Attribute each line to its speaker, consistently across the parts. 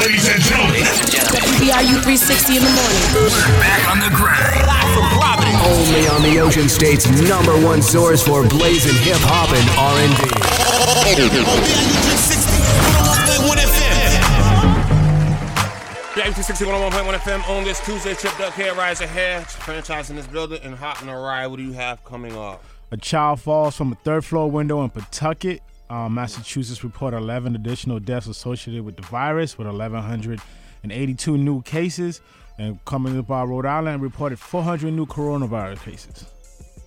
Speaker 1: ladies and gentlemen.
Speaker 2: WBIU 360 in the morning.
Speaker 1: Back on the grind. Live from Providence.
Speaker 3: Only on the Ocean State's number one source for blazing hip hop and R and B.
Speaker 4: The 86101.1 FM on this Tuesday. Trip Duck here, Riser here. Franchise in this building and hot in the ride. What do you have coming up?
Speaker 5: A child falls from a third floor window in Pawtucket. Um, Massachusetts report 11 additional deaths associated with the virus, with 1,182 new cases. And coming up out Rhode Island reported 400 new coronavirus cases.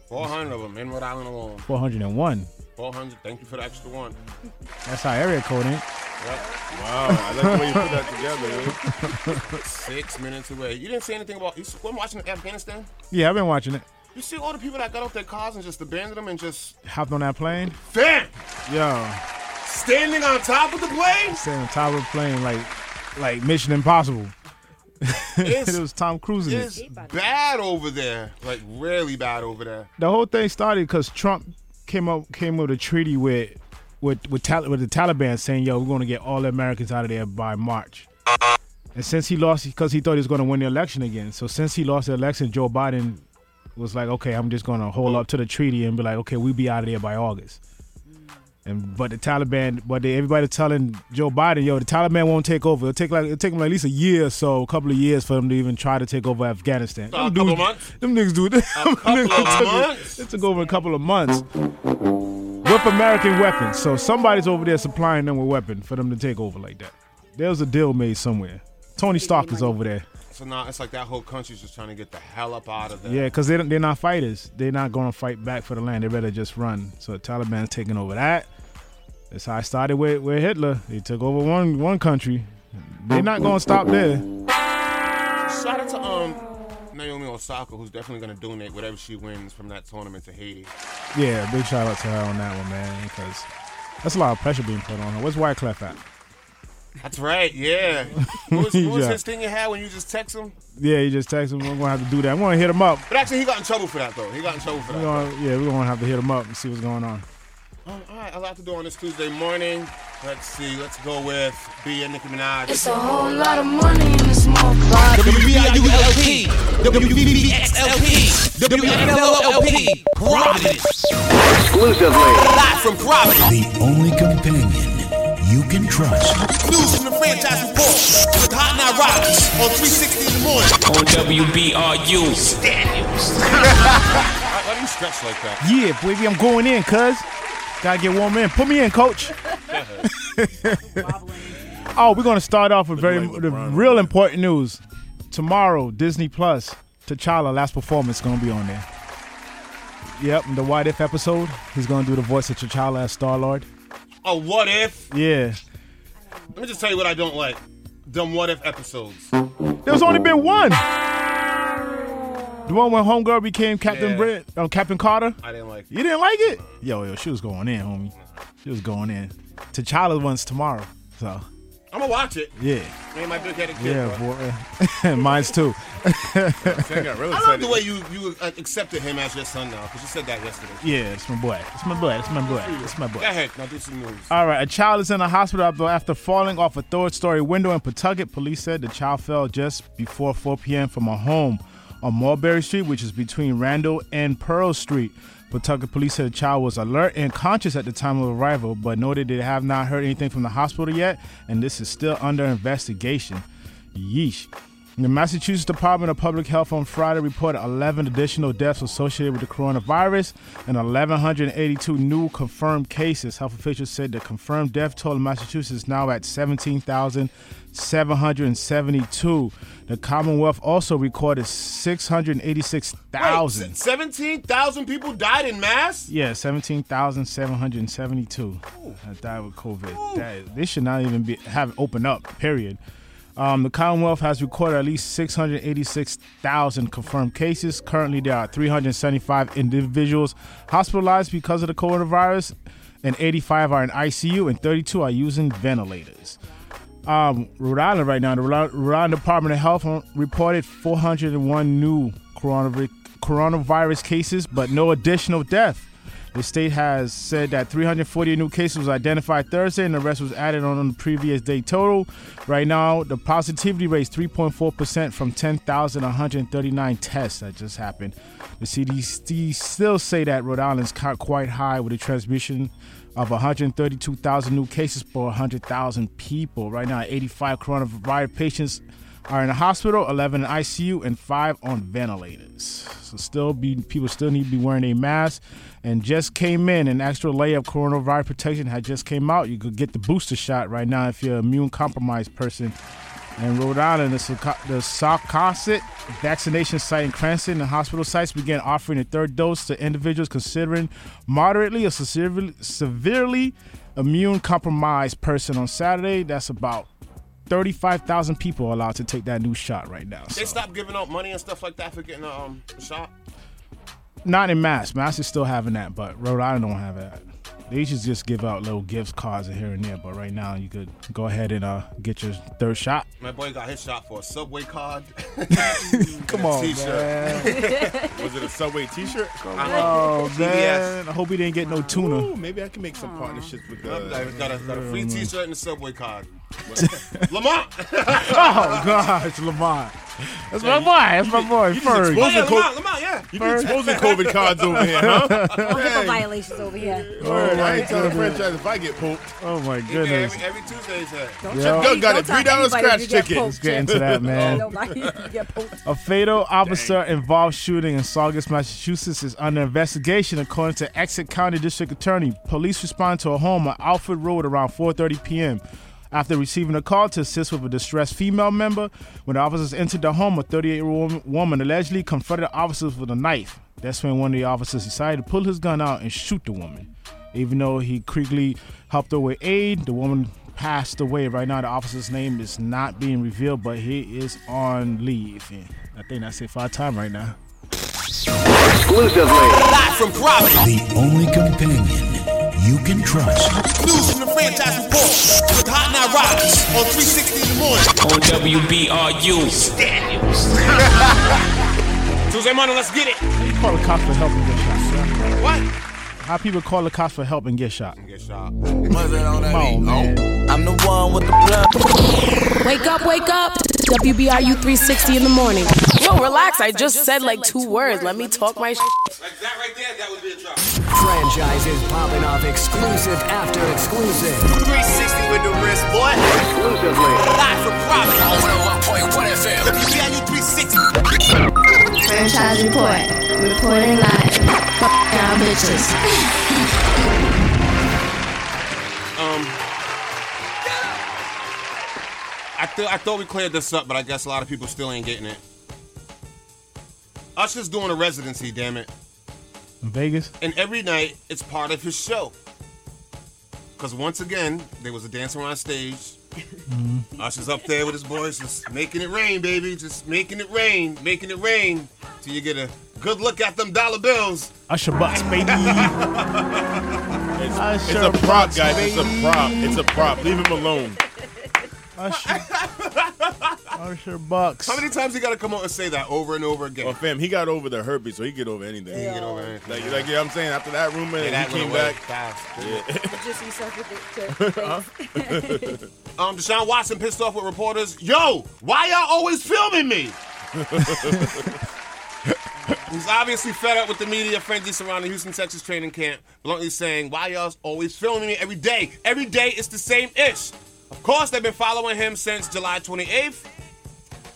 Speaker 4: 400 of them in Rhode Island alone.
Speaker 5: 401.
Speaker 4: 400. Thank you for the extra one.
Speaker 5: That's our area code, ain't it?
Speaker 6: Wow, I like the way you put that together. Man.
Speaker 4: Six minutes away. You didn't say anything about. You were watching Afghanistan?
Speaker 5: Yeah, I've been watching it.
Speaker 4: You see all the people that got off their cars and just abandoned them and just.
Speaker 5: Hopped on that plane.
Speaker 4: Fam!
Speaker 5: Yo,
Speaker 4: Standing on top of the plane?
Speaker 5: sitting on top of a plane like like Mission Impossible.
Speaker 4: It's,
Speaker 5: it was Tom Cruise in it.
Speaker 4: it's bad over there. Like, really bad over there.
Speaker 5: the whole thing started because Trump came up came with a treaty with with with, Tal- with the Taliban saying, "Yo, we're going to get all Americans out of there by March." And since he lost, because he thought he was going to win the election again, so since he lost the election, Joe Biden was like, "Okay, I'm just going to hold up to the treaty and be like, okay, we be out of there by August." And but the Taliban, but they, everybody telling Joe Biden, "Yo, the Taliban won't take over. It'll take like it'll take them at least a year or so, a couple of years for them to even try to take over Afghanistan."
Speaker 4: Uh, a
Speaker 5: Them
Speaker 4: couple
Speaker 5: dudes-
Speaker 4: months?
Speaker 5: Them niggas do this.
Speaker 4: A couple of months?
Speaker 5: It took over a couple of months. With American weapons. So somebody's over there supplying them with weapons for them to take over like that. There's a deal made somewhere. Tony Stark is over there.
Speaker 4: So now it's like that whole country's just trying to get the hell up out of there.
Speaker 5: Yeah, because they don't- they're not fighters. They're not going to fight back for the land. They better just run. So the Taliban's taking over that. That's how I started with, with Hitler. They took over one, one country. They're not going to stop there.
Speaker 4: Shout out to um Naomi Osaka, who's definitely gonna donate whatever she wins from that tournament to Haiti.
Speaker 5: Yeah, big shout out to her on that one, man, because that's a lot of pressure being put on her. Where's Wyclef at?
Speaker 4: That's right, yeah. What was, what was
Speaker 5: Yeah.
Speaker 4: his thing you had when you just text him?
Speaker 5: Yeah, he just texted me. We're gonna have to do that. We're gonna hit him up.
Speaker 4: But actually, he got in trouble for that though. He got in trouble for
Speaker 5: We're
Speaker 4: that.
Speaker 5: gonna, yeah, we're gonna have to hit him up and see what's going on.
Speaker 4: Um, all right, a lot to do on this Tuesday morning. Let's see. Let's go with B and Nicki Minaj.
Speaker 7: It's a whole lot of money in this motherfucker.
Speaker 8: WBIULP, WBBXLP, WLLP, Providence.
Speaker 3: Exclusively.
Speaker 8: Live from Providence.
Speaker 1: The only companion you can trust.
Speaker 8: News from the franchise report with Hot Night Rockets on 360 in the morning. On WBRU.
Speaker 4: Why, why do you stretch like that?
Speaker 5: Yeah, baby, I'm going in, cuz. Gotta get warm in. Put me in, coach. oh, we're gonna start off with very
Speaker 6: like
Speaker 5: the
Speaker 6: LeBron.
Speaker 5: real important news. Tomorrow, Disney Plus, T'Challa last performance gonna be on there. Yep, the What If episode. He's gonna do the voice of T'Challa as Star Lord.
Speaker 4: Oh, what if?
Speaker 5: Yeah,
Speaker 4: Let me just tell you what I don't like. Dumb what if episodes.
Speaker 5: There's only been one. The one when Homegirl became Captain
Speaker 4: Yeah.
Speaker 5: Britt, uh, Captain Carter.
Speaker 4: I didn't like.
Speaker 5: You didn't like it? Yo, yo, she was going in, homie. She was going in. T'Challa runs tomorrow, so
Speaker 4: I'm gonna watch it.
Speaker 5: yeah,
Speaker 4: Me and my big headed kid.
Speaker 5: yeah,
Speaker 4: bro.
Speaker 5: boy. Mine's too.
Speaker 6: I got really
Speaker 4: I love
Speaker 6: excited.
Speaker 4: the way you you uh, accepted him as your son now, because you said that yesterday.
Speaker 5: Yeah, it's my boy. It's my boy. It's my boy. It's my boy.
Speaker 4: Go ahead. Now do some news.
Speaker 5: All right, a child is in a hospital after- after falling off a third story window in Pawtucket. Police said the child fell just before 4 p.m. from a home on Mulberry Street, which is between Randall and Pearl Street. Pawtucket police said the child was alert and conscious at the time of arrival, but noted they have not heard anything from the hospital yet, and this is still under investigation. Yeesh. The Massachusetts Department of Public Health on Friday reported 11 additional deaths associated with the coronavirus and 1,182 new confirmed cases. Health officials said the confirmed death toll in Massachusetts is now at 17,772. The Commonwealth also recorded 686,000.
Speaker 4: Seventeen thousand people died in mass.
Speaker 5: Yeah, 17,772 that died with COVID. That, they should not even be have it open up, period. Um, the Commonwealth has recorded at least 686,000 confirmed cases. Currently, there are 375 individuals hospitalized because of the coronavirus, and 85 are in ICU, and 32 are using ventilators um, Rhode Island right now. The Rhode Rhode Island Department of Health um, reported 401 new coronavirus, coronavirus cases, but no additional death. The state has said that 340 new cases was identified Thursday and the rest was added on the previous day total. Right now, the positivity rate is 3.4% from 10,139 tests that just happened. The CDC still say that Rhode Island's ca- quite high with a transmission of 132,000 new cases per 100,000 people. Right now, 85 coronavirus patients are in the hospital, 11 in ICU, and five on ventilators. So still be people still need to be wearing a mask. And just came in an extra layer of coronavirus protection had just came out. You could get the booster shot right now if you're an immune compromised person. In Rhode Island, the, Soc- the Socosit vaccination site in Cranston and hospital sites began offering a third dose to individuals considering moderately or severely, severely immune compromised person on Saturday. That's about 35,000 people are allowed to take that new shot right now.
Speaker 4: They
Speaker 5: So.
Speaker 4: stopped giving out money and stuff like that for getting um, a shot.
Speaker 5: Not in Mass. Mass is still having that, but Rhode Island don't have that. They should just give out little gift cards here and there, but right now you could go ahead and uh, get your third shot.
Speaker 4: My boy got his shot for a subway card.
Speaker 5: Come on,
Speaker 4: T-shirt.
Speaker 5: man.
Speaker 6: Was it a Subway T-shirt?
Speaker 4: Uh-huh.
Speaker 5: Oh,
Speaker 4: CVS.
Speaker 5: man. I hope he didn't get no tuna.
Speaker 6: Ooh, maybe I can make some partnerships with
Speaker 4: Got
Speaker 6: the.
Speaker 4: a, got a- got a free T-shirt and a subway card. Lamont,
Speaker 5: Oh, gosh, Lamont. That's my boy. That's my boy, Ferg.
Speaker 6: exposed-
Speaker 4: yeah,
Speaker 6: Wasn't cool.
Speaker 4: Lamont, Lamont, yeah.
Speaker 6: You be exposing COVID cards over here, huh?
Speaker 9: HIPAA violations over here.
Speaker 6: Word, I ain't telling the franchise if I get pooped.
Speaker 5: Oh, my
Speaker 4: Yeah,
Speaker 5: goodness.
Speaker 4: every, every Tuesday is that.
Speaker 9: Don't
Speaker 5: Yeah.
Speaker 9: tell
Speaker 6: Doug got
Speaker 9: don't
Speaker 6: a
Speaker 9: tell
Speaker 6: $3
Speaker 9: anybody
Speaker 6: scratch
Speaker 9: you get
Speaker 6: ticket.
Speaker 9: poked,
Speaker 5: Get
Speaker 9: Jeff.
Speaker 5: into that,
Speaker 9: Tell
Speaker 5: man.
Speaker 9: Nobody you get poked.
Speaker 5: A fatal officer involved shooting in Saugus, Massachusetts is under investigation, according to Exeter County District Attorney. Police responded to a home on Alfred Road around 4:30 p.m. After receiving a call to assist with a distressed female member, when the officers entered the home, a 38-year-old woman allegedly confronted the officers with a knife. That's when one of the officers decided to pull his gun out and shoot the woman. Even though he quickly helped her with aid, the woman passed away. Right now, the officer's name is not being revealed, but he is on leave. And I think that's it for our time right now.
Speaker 3: Exclusively.
Speaker 8: Live from Providence.
Speaker 1: The only companion you can trust.
Speaker 8: News from the franchise report with Hot Now Rollins on 360 in the morning. On WBRU.
Speaker 4: Tuesday morning, let's get it.
Speaker 5: How you call the cops for help and get shot? sir?
Speaker 4: What?
Speaker 5: How people call the cops for help and get shot?
Speaker 4: Get shot.
Speaker 5: Come on, man.
Speaker 10: I'm the one with the blood.
Speaker 2: Wake up, wake up. WBRU 360 in the morning. Yo, relax. I just said like two words. Let me talk my sh-
Speaker 4: Like that right there, that would be a drop.
Speaker 3: Franchises popping off exclusive after exclusive.
Speaker 8: 360 with the wrist, boy.
Speaker 3: Exclusively.
Speaker 8: Live from Providence.
Speaker 3: 101.1 FM.
Speaker 8: WBRU 360.
Speaker 7: Franchise report. Reporting live. Fuck y'all bitches.
Speaker 4: I, th- I thought we cleared this up, but I guess a lot of people still ain't getting it. Us is doing a residency, damn it.
Speaker 5: In Vegas?
Speaker 4: And every night, it's part of his show. Because once again, there was a dancing around stage.
Speaker 6: Mm-hmm.
Speaker 4: Usher's up there with his boys, just making it rain, baby. Just making it rain, making it rain. Till you get a good look at them dollar bills.
Speaker 5: Usher Bucks, baby.
Speaker 6: It's
Speaker 5: Usher
Speaker 6: a prop,
Speaker 5: Bucks,
Speaker 6: guys. It's
Speaker 5: baby.
Speaker 6: a prop. It's a prop. Leave him alone.
Speaker 5: Usher. Usher Bucks.
Speaker 4: How many times you gotta come out and say that over and over again?
Speaker 6: Well, Oh, fam, he got over the herpes, so he get over anything.
Speaker 4: Get over it.
Speaker 6: Like, like, yeah, I'm saying after that rumor,
Speaker 4: Yeah, that
Speaker 6: he came
Speaker 4: went away
Speaker 6: back.
Speaker 4: fast.
Speaker 9: Just yourself with the- to-
Speaker 4: Um, Deshaun Watson pissed off with reporters. Yo, why y'all always filming me? He's obviously fed up with the media frenzy surrounding Houston, Texas training camp, bluntly saying, Why y'all always filming me every day? Every day it's the same ish. Of course, they've been following him since July 28th,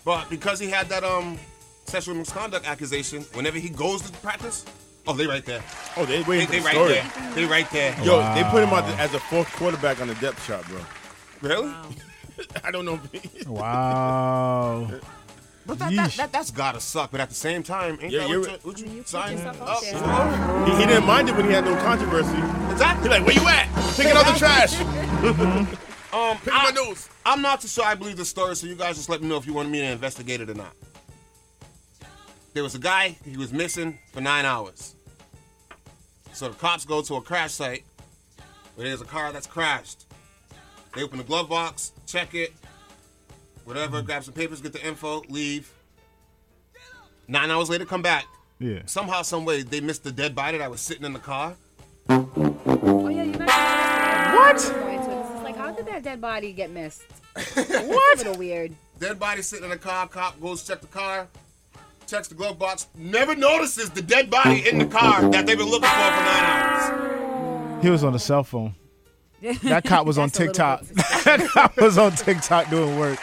Speaker 4: but because he had that um sexual misconduct accusation, whenever he goes to practice, oh, they right there.
Speaker 6: Oh, they
Speaker 4: They,
Speaker 6: waiting
Speaker 4: they
Speaker 6: for the
Speaker 4: right
Speaker 6: story. Oh.
Speaker 4: there. They right there.
Speaker 6: Yo, they put him out the, as a fourth quarterback on the depth chart, bro.
Speaker 4: Really?
Speaker 6: I don't know. if-
Speaker 5: Wow.
Speaker 4: But that, that,
Speaker 5: Yeesh.
Speaker 4: that, has gotta suck. But at the same time, ain't
Speaker 6: Yeah,
Speaker 4: that
Speaker 6: you're
Speaker 4: what you,
Speaker 6: right.
Speaker 4: what you,
Speaker 9: You put
Speaker 4: sign
Speaker 9: yourself out
Speaker 4: up
Speaker 9: there.
Speaker 4: for?
Speaker 6: he, he didn't mind it when he had no controversy.
Speaker 4: Exactly.
Speaker 6: He Oh, like, where you at? Pick it out the trash.
Speaker 4: Um,
Speaker 6: Pick
Speaker 4: I,
Speaker 6: my nose.
Speaker 4: I'm not too sure I believe the story, so you guys just let me know if you want me to investigate it or not. There was a guy, he was missing for nine hours. So the cops go to a crash site where there's a car that's crashed. They open the glove box, check it, whatever,
Speaker 6: Mm-hmm.
Speaker 4: grab some papers, get the info, leave. Nine hours later, come back.
Speaker 5: Yeah.
Speaker 4: Somehow, some way, they missed the dead body that was sitting in the car.
Speaker 9: Oh, yeah, you mentioned what? It's like, how did that dead body get missed? what? A little weird.
Speaker 4: Dead body sitting in a car. Cop goes check the car, checks the glove box. Never notices the dead body in the car that they've been looking for for nine hours.
Speaker 5: He was on a cell phone. That cop was on TikTok. that cop was on TikTok doing work.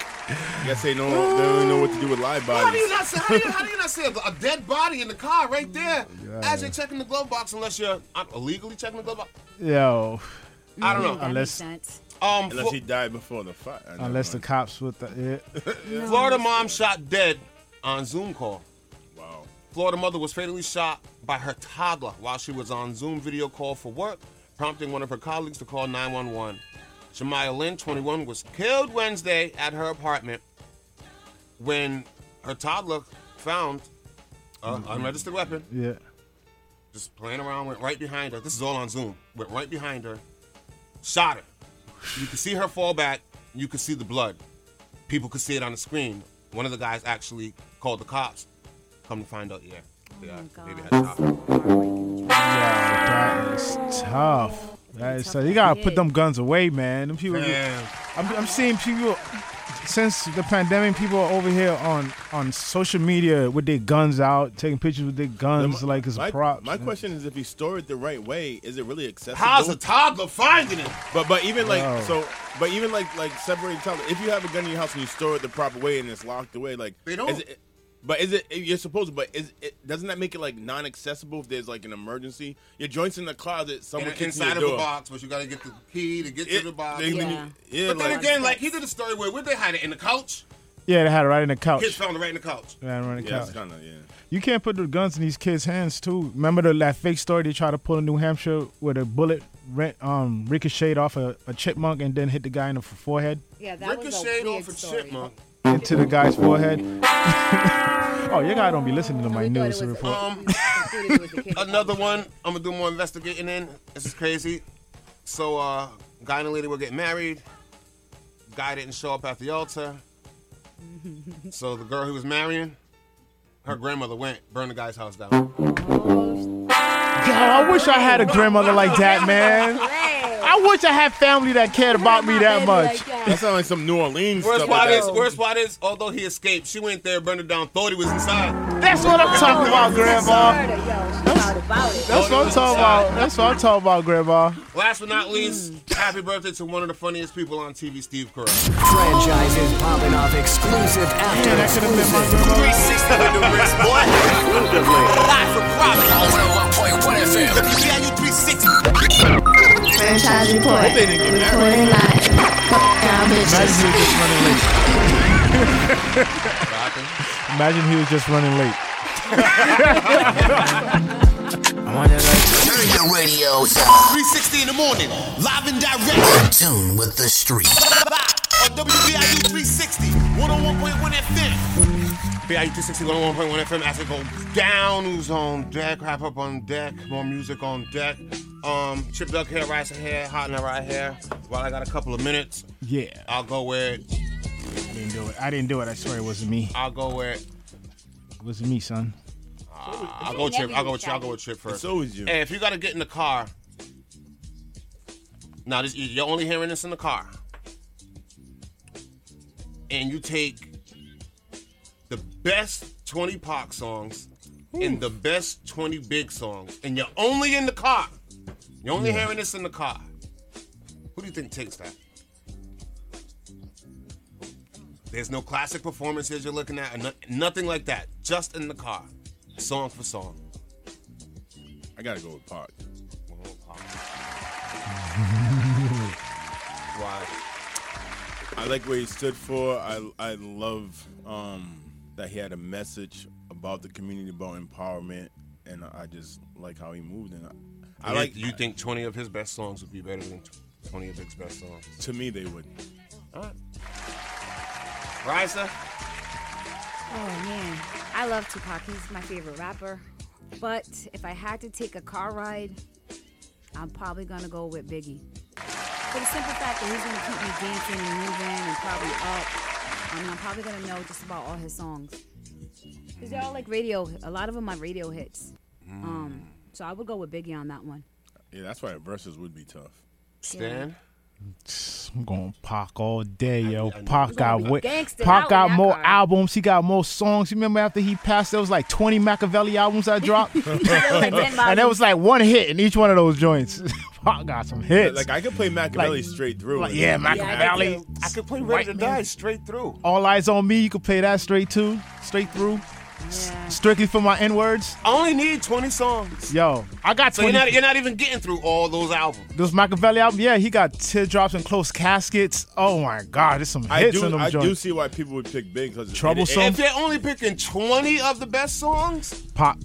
Speaker 6: Guess they don't, they don't know what to do with live
Speaker 4: How do you
Speaker 6: bodies.
Speaker 4: not see? How do you, how do you not see a, a dead body in the car right there as you're checking the glove box? Unless you're uh, illegally checking the glove box.
Speaker 5: Yo,
Speaker 4: I don't know.
Speaker 9: That
Speaker 5: Unless-
Speaker 9: makes sense.
Speaker 4: Um,
Speaker 6: Unless
Speaker 4: Flo-
Speaker 6: he died before the fight. I know.
Speaker 5: unless the cops with the yeah.
Speaker 4: Florida mom shot dead on Zoom call.
Speaker 6: wow.
Speaker 4: Florida mother was fatally shot by her toddler while she was on Zoom video call for work, prompting one of her colleagues to call 911. Shamaya Lynn, 21, was killed Wednesday at her apartment when her toddler found an unregistered weapon
Speaker 5: yeah.
Speaker 4: just playing around, went right behind her. This is all on Zoom. Went right behind her, shot her. You could see her fall back. You could see the blood. People could see it on the screen. One of the guys actually called the cops. Come to find out, yeah.
Speaker 9: Oh
Speaker 4: Yeah, baby had a cop.
Speaker 5: That is tough. That is tough. You gotta put them guns away, man. Them people.
Speaker 4: Damn.
Speaker 5: I'm, I'm seeing people since the pandemic. People are over here on on social media with their guns out, taking pictures with their guns, like it's
Speaker 6: my,
Speaker 5: props.
Speaker 6: My question is, if he stored it the right way, is it really accessible?
Speaker 4: How's a toddler finding it?
Speaker 6: But but even like
Speaker 5: Wow.
Speaker 6: so, but even like like separating toddler. If you have a gun in your house and you store it the proper way and it's locked away, like
Speaker 4: They don't.
Speaker 6: Is it, but is it you're supposed to? But is it doesn't that make it like non-accessible if there's like an emergency? Your joints in the closet,
Speaker 4: In-
Speaker 6: someone kicks in
Speaker 4: inside
Speaker 6: your
Speaker 4: of
Speaker 6: door.
Speaker 4: a box, but you gotta get the key to get
Speaker 6: It-
Speaker 4: to the box.
Speaker 6: they- they-
Speaker 9: Yeah.
Speaker 6: yeah,
Speaker 4: But then
Speaker 6: like-
Speaker 4: again, like he did a story where where they hide it in the couch.
Speaker 5: Yeah, they had it right in the couch.
Speaker 4: Kids found it right in the couch.
Speaker 5: Right on the
Speaker 6: yeah, it's
Speaker 5: couch.
Speaker 6: kind of yeah.
Speaker 5: You can't put the guns in these kids' hands too. Remember the, that fake story they tried to pull in New Hampshire where the bullet rent, um, ricocheted off a, a chipmunk and then hit the guy in the forehead
Speaker 9: Yeah, that was a
Speaker 4: Ricochet
Speaker 9: weird
Speaker 4: off a
Speaker 9: story.
Speaker 4: chipmunk.
Speaker 5: into the guy's forehead. oh, your guy don't be listening to my
Speaker 9: We thought
Speaker 5: news
Speaker 9: it was-
Speaker 5: report.
Speaker 4: Um,
Speaker 9: we concluded it was the kid.
Speaker 4: Another one. I'm gonna do more investigating in. This is crazy. So, uh, guy and a lady were getting married. Guy didn't show up at the altar. So the girl who was marrying, her grandmother went, burned the guy's house down.
Speaker 5: God, I wish I had a grandmother like that, man. I wish I had family that cared about me that much.
Speaker 6: That sounds like some New Orleans
Speaker 4: Worst
Speaker 6: stuff.
Speaker 4: part
Speaker 6: like
Speaker 4: is,
Speaker 6: that.
Speaker 4: worst part is, although he escaped, she went there, burned it down, thought he was inside.
Speaker 5: That's what I'm talking about, Grandma.
Speaker 9: Murder, yo. She thought about it.
Speaker 5: That's what I'm talking about. That's what I'm talking about, Grandma.
Speaker 4: Last but not least, happy birthday to one of the funniest people on TV, Steve Carell.
Speaker 3: Franchises popping off exclusive after
Speaker 5: That could have been my grandma.
Speaker 8: 360 with the wrist, boy. Live from Providence. BBIU 360.
Speaker 7: Franchise report. Reporting live. Fuck y'all bitches.
Speaker 5: Imagine he was just running late. Imagine he was just running late.
Speaker 1: Turn your radios up.
Speaker 8: 360 in the morning. Live and direct.
Speaker 1: In tune with the street.
Speaker 8: On WBIU 360. 101.1 FM.
Speaker 4: BIU 260 101.1 FM as it go down. Who's on deck? Wrap up on deck. More music on deck. Um, Chip Duck hair, rice hair, hot in the right hair. While I got a couple of minutes,
Speaker 5: Yeah,
Speaker 4: I'll go with
Speaker 5: I didn't do it. I didn't do it. I swear it wasn't me.
Speaker 4: I'll go with
Speaker 5: It wasn't me, son.
Speaker 4: I'll go with Chip. I'll go with Chip. I'll go with Chip first.
Speaker 6: It's always you.
Speaker 4: Hey, if you gotta get in the car, now this you're only hearing this in the car, and you take the best 20 Pac songs and the best 20 Big songs, and you're only in the car. You're only hearing this in the car. Who do you think takes that? There's no classic performances you're looking at, and no- nothing like that. Just in the car, song for song.
Speaker 6: I gotta go with Park.
Speaker 4: Why?
Speaker 6: I like what he stood for. I I love um, that he had a message about the community, about empowerment, and I just like how he moved. And I, I like
Speaker 4: you think 20 of his best songs would be better than 20 of Big's best songs.
Speaker 6: To me, they would.
Speaker 4: Risa?
Speaker 9: Oh man, I love Tupac. He's my favorite rapper. But if I had to take a car ride, I'm probably gonna go with Biggie. For the simple fact that he's gonna keep me dancing and moving and probably up. I mean, I'm probably gonna know just about all his songs. Cause they're all like radio. A lot of them are radio hits. Um, so I would go with Biggie on that one.
Speaker 6: Yeah, that's why verses would be tough.
Speaker 4: Stan?
Speaker 5: I'm going Pac all day, yo.
Speaker 4: I know.
Speaker 5: Pac got
Speaker 9: be
Speaker 5: way.
Speaker 9: gangsta
Speaker 5: Pac
Speaker 9: out in
Speaker 5: got
Speaker 9: that
Speaker 5: more
Speaker 9: car.
Speaker 5: albums. He got more songs. You remember after he passed, there was like 20 Machiavelli albums I dropped,
Speaker 9: Like, then
Speaker 5: and
Speaker 9: Bobby-
Speaker 5: there was like one hit in each one of those joints. Pac got some hits.
Speaker 6: Like I could play Machiavelli straight through.
Speaker 5: Like,
Speaker 6: and-
Speaker 5: yeah,
Speaker 9: I
Speaker 5: Machiavelli.
Speaker 4: I could play
Speaker 5: White
Speaker 4: Ready to
Speaker 5: man.
Speaker 4: Die straight through.
Speaker 5: All eyes on me. You could play that straight too, straight through. S-
Speaker 9: Yeah.
Speaker 5: Strictly for my N words.
Speaker 4: I only need 20 songs.
Speaker 5: Yo, I got
Speaker 4: So you're
Speaker 5: 20
Speaker 4: not, you're not even getting through all those albums.
Speaker 5: Those Machiavelli album, yeah, he got teardrops and close caskets. Oh my God, there's some hits
Speaker 6: I
Speaker 5: in
Speaker 6: do.
Speaker 5: them
Speaker 6: I do
Speaker 5: joints.
Speaker 6: see why people would pick Big because
Speaker 5: Troublesome.
Speaker 4: If they're only picking 20 of the best songs,
Speaker 5: Pop,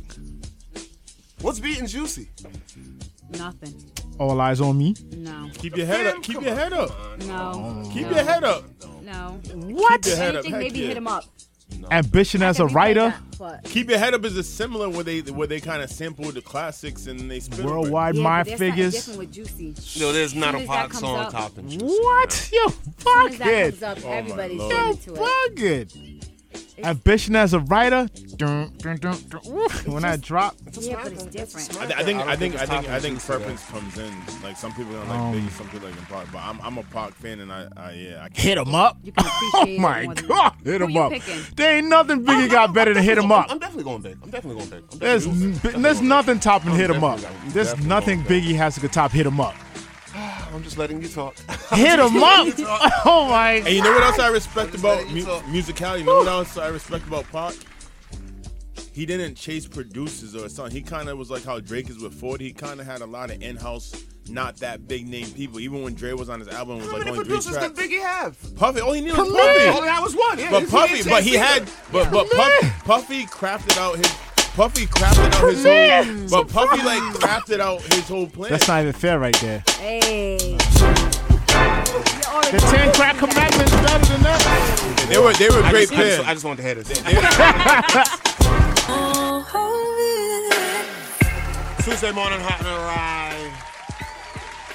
Speaker 4: what's beating Juicy?
Speaker 9: Nothing.
Speaker 5: all eyes on me.
Speaker 9: No.
Speaker 6: keep your head
Speaker 4: Fam,
Speaker 6: up. Keep your head up.
Speaker 9: No.
Speaker 6: Keep
Speaker 9: no,
Speaker 6: your head up.
Speaker 9: No.
Speaker 5: What?
Speaker 6: your head up.
Speaker 9: Anything,
Speaker 6: Heck
Speaker 9: maybe
Speaker 6: yeah.
Speaker 9: hit him up.
Speaker 5: Ambition as a
Speaker 9: Maybe play
Speaker 5: writer.
Speaker 9: that, But
Speaker 6: Keep your head up is a similar where they where they kind of sample the classics and they spin
Speaker 5: Worldwide
Speaker 9: yeah,
Speaker 5: my
Speaker 9: but there's something
Speaker 5: figures.
Speaker 9: different with Juicy.
Speaker 4: No, there's not
Speaker 9: Soon
Speaker 4: a
Speaker 9: as that
Speaker 4: pop
Speaker 9: comes
Speaker 4: song
Speaker 9: out.
Speaker 4: topping Juicy.
Speaker 5: What? Yo,
Speaker 9: As soon as
Speaker 5: fuck
Speaker 9: that comes
Speaker 5: it.
Speaker 9: up,
Speaker 6: Oh my
Speaker 9: everybody's
Speaker 6: Lord.
Speaker 5: Yo,
Speaker 9: singing to it.
Speaker 5: fuck it. Ambition as a writer. Dun, dun, dun, dun. Woo, When I drop,
Speaker 9: Yeah, but it's different.
Speaker 6: I, th- I think I think I
Speaker 4: it's
Speaker 6: think
Speaker 4: top
Speaker 6: I think
Speaker 4: juice today.
Speaker 6: preference comes in. Like some people don't like
Speaker 4: Um,
Speaker 6: Biggie, some people like him Pac. But I'm I'm a Pac fan, and I, I yeah I can't.
Speaker 5: hit him up.
Speaker 9: You can
Speaker 5: Oh
Speaker 9: appreciate it
Speaker 5: my
Speaker 9: more than-
Speaker 5: God, hit
Speaker 9: Who
Speaker 5: him
Speaker 9: you
Speaker 5: up.
Speaker 9: picking?
Speaker 5: There ain't nothing Biggie got better than hit him
Speaker 4: I'm-
Speaker 5: up.
Speaker 4: I'm definitely going big. I'm definitely going big. I'm
Speaker 5: There's,
Speaker 4: definitely
Speaker 5: n-
Speaker 4: going big. I'm
Speaker 5: there's
Speaker 4: definitely going
Speaker 5: nothing topping
Speaker 4: I'm
Speaker 5: hit him up.
Speaker 4: definitely- I'm
Speaker 5: There's
Speaker 4: definitely
Speaker 5: nothing
Speaker 4: going
Speaker 5: Biggie has to top hit him up.
Speaker 4: big. I'm just letting you talk.
Speaker 5: Hit him up! Oh my
Speaker 6: And you know what else I respect
Speaker 4: just
Speaker 6: about
Speaker 4: let you
Speaker 6: mu-
Speaker 4: talk.
Speaker 6: musicality? You know what else I respect about Pac? He didn't chase producers or something. He kind of was like how Drake is with 40. He kind of had a lot of in-house, not that big name people. Even when Dre was on his album, it was
Speaker 4: How
Speaker 6: like
Speaker 4: many
Speaker 6: only three
Speaker 4: producers
Speaker 6: tracks.
Speaker 4: did Biggie have?
Speaker 6: Puffy, all he needed was
Speaker 4: Puffy.
Speaker 6: Puffy.
Speaker 4: Only that was one. Yeah,
Speaker 6: But
Speaker 4: he
Speaker 6: Puffy,
Speaker 4: didn't
Speaker 6: but
Speaker 4: chase
Speaker 6: he
Speaker 4: either.
Speaker 6: had, but but Puffy, Puffy crafted out his, Puffy crafted out his whole, but Puffy like crafted out his whole plan.
Speaker 5: That's not even fair right there.
Speaker 9: Hey.
Speaker 5: The 10 crack commandments better than that.
Speaker 6: They were they were
Speaker 4: I
Speaker 6: great
Speaker 4: just, I, just, I
Speaker 6: pairs.
Speaker 4: just wanted to hear this. Tuesday morning, hot and alive.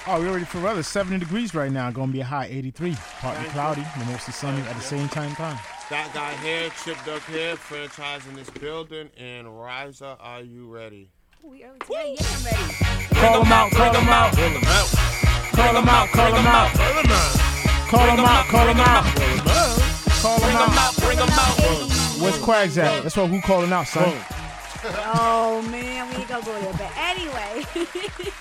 Speaker 5: Oh, we're ready for weather. 70 degrees right now. Gonna be a high 83. Partly cloudy, but mostly sunny at the same time. time.
Speaker 4: That guy here, Chip Duck here, franchise in this building, and Riza, are you ready?
Speaker 9: We early today. Yeah, I'm ready.
Speaker 5: Call them out, call them out. Call them out, call them out. Call them out, call them out. Call them out. Where's Quags at? That's what who calling out, son.
Speaker 9: Oh man, we ain't gonna go there. But anyway,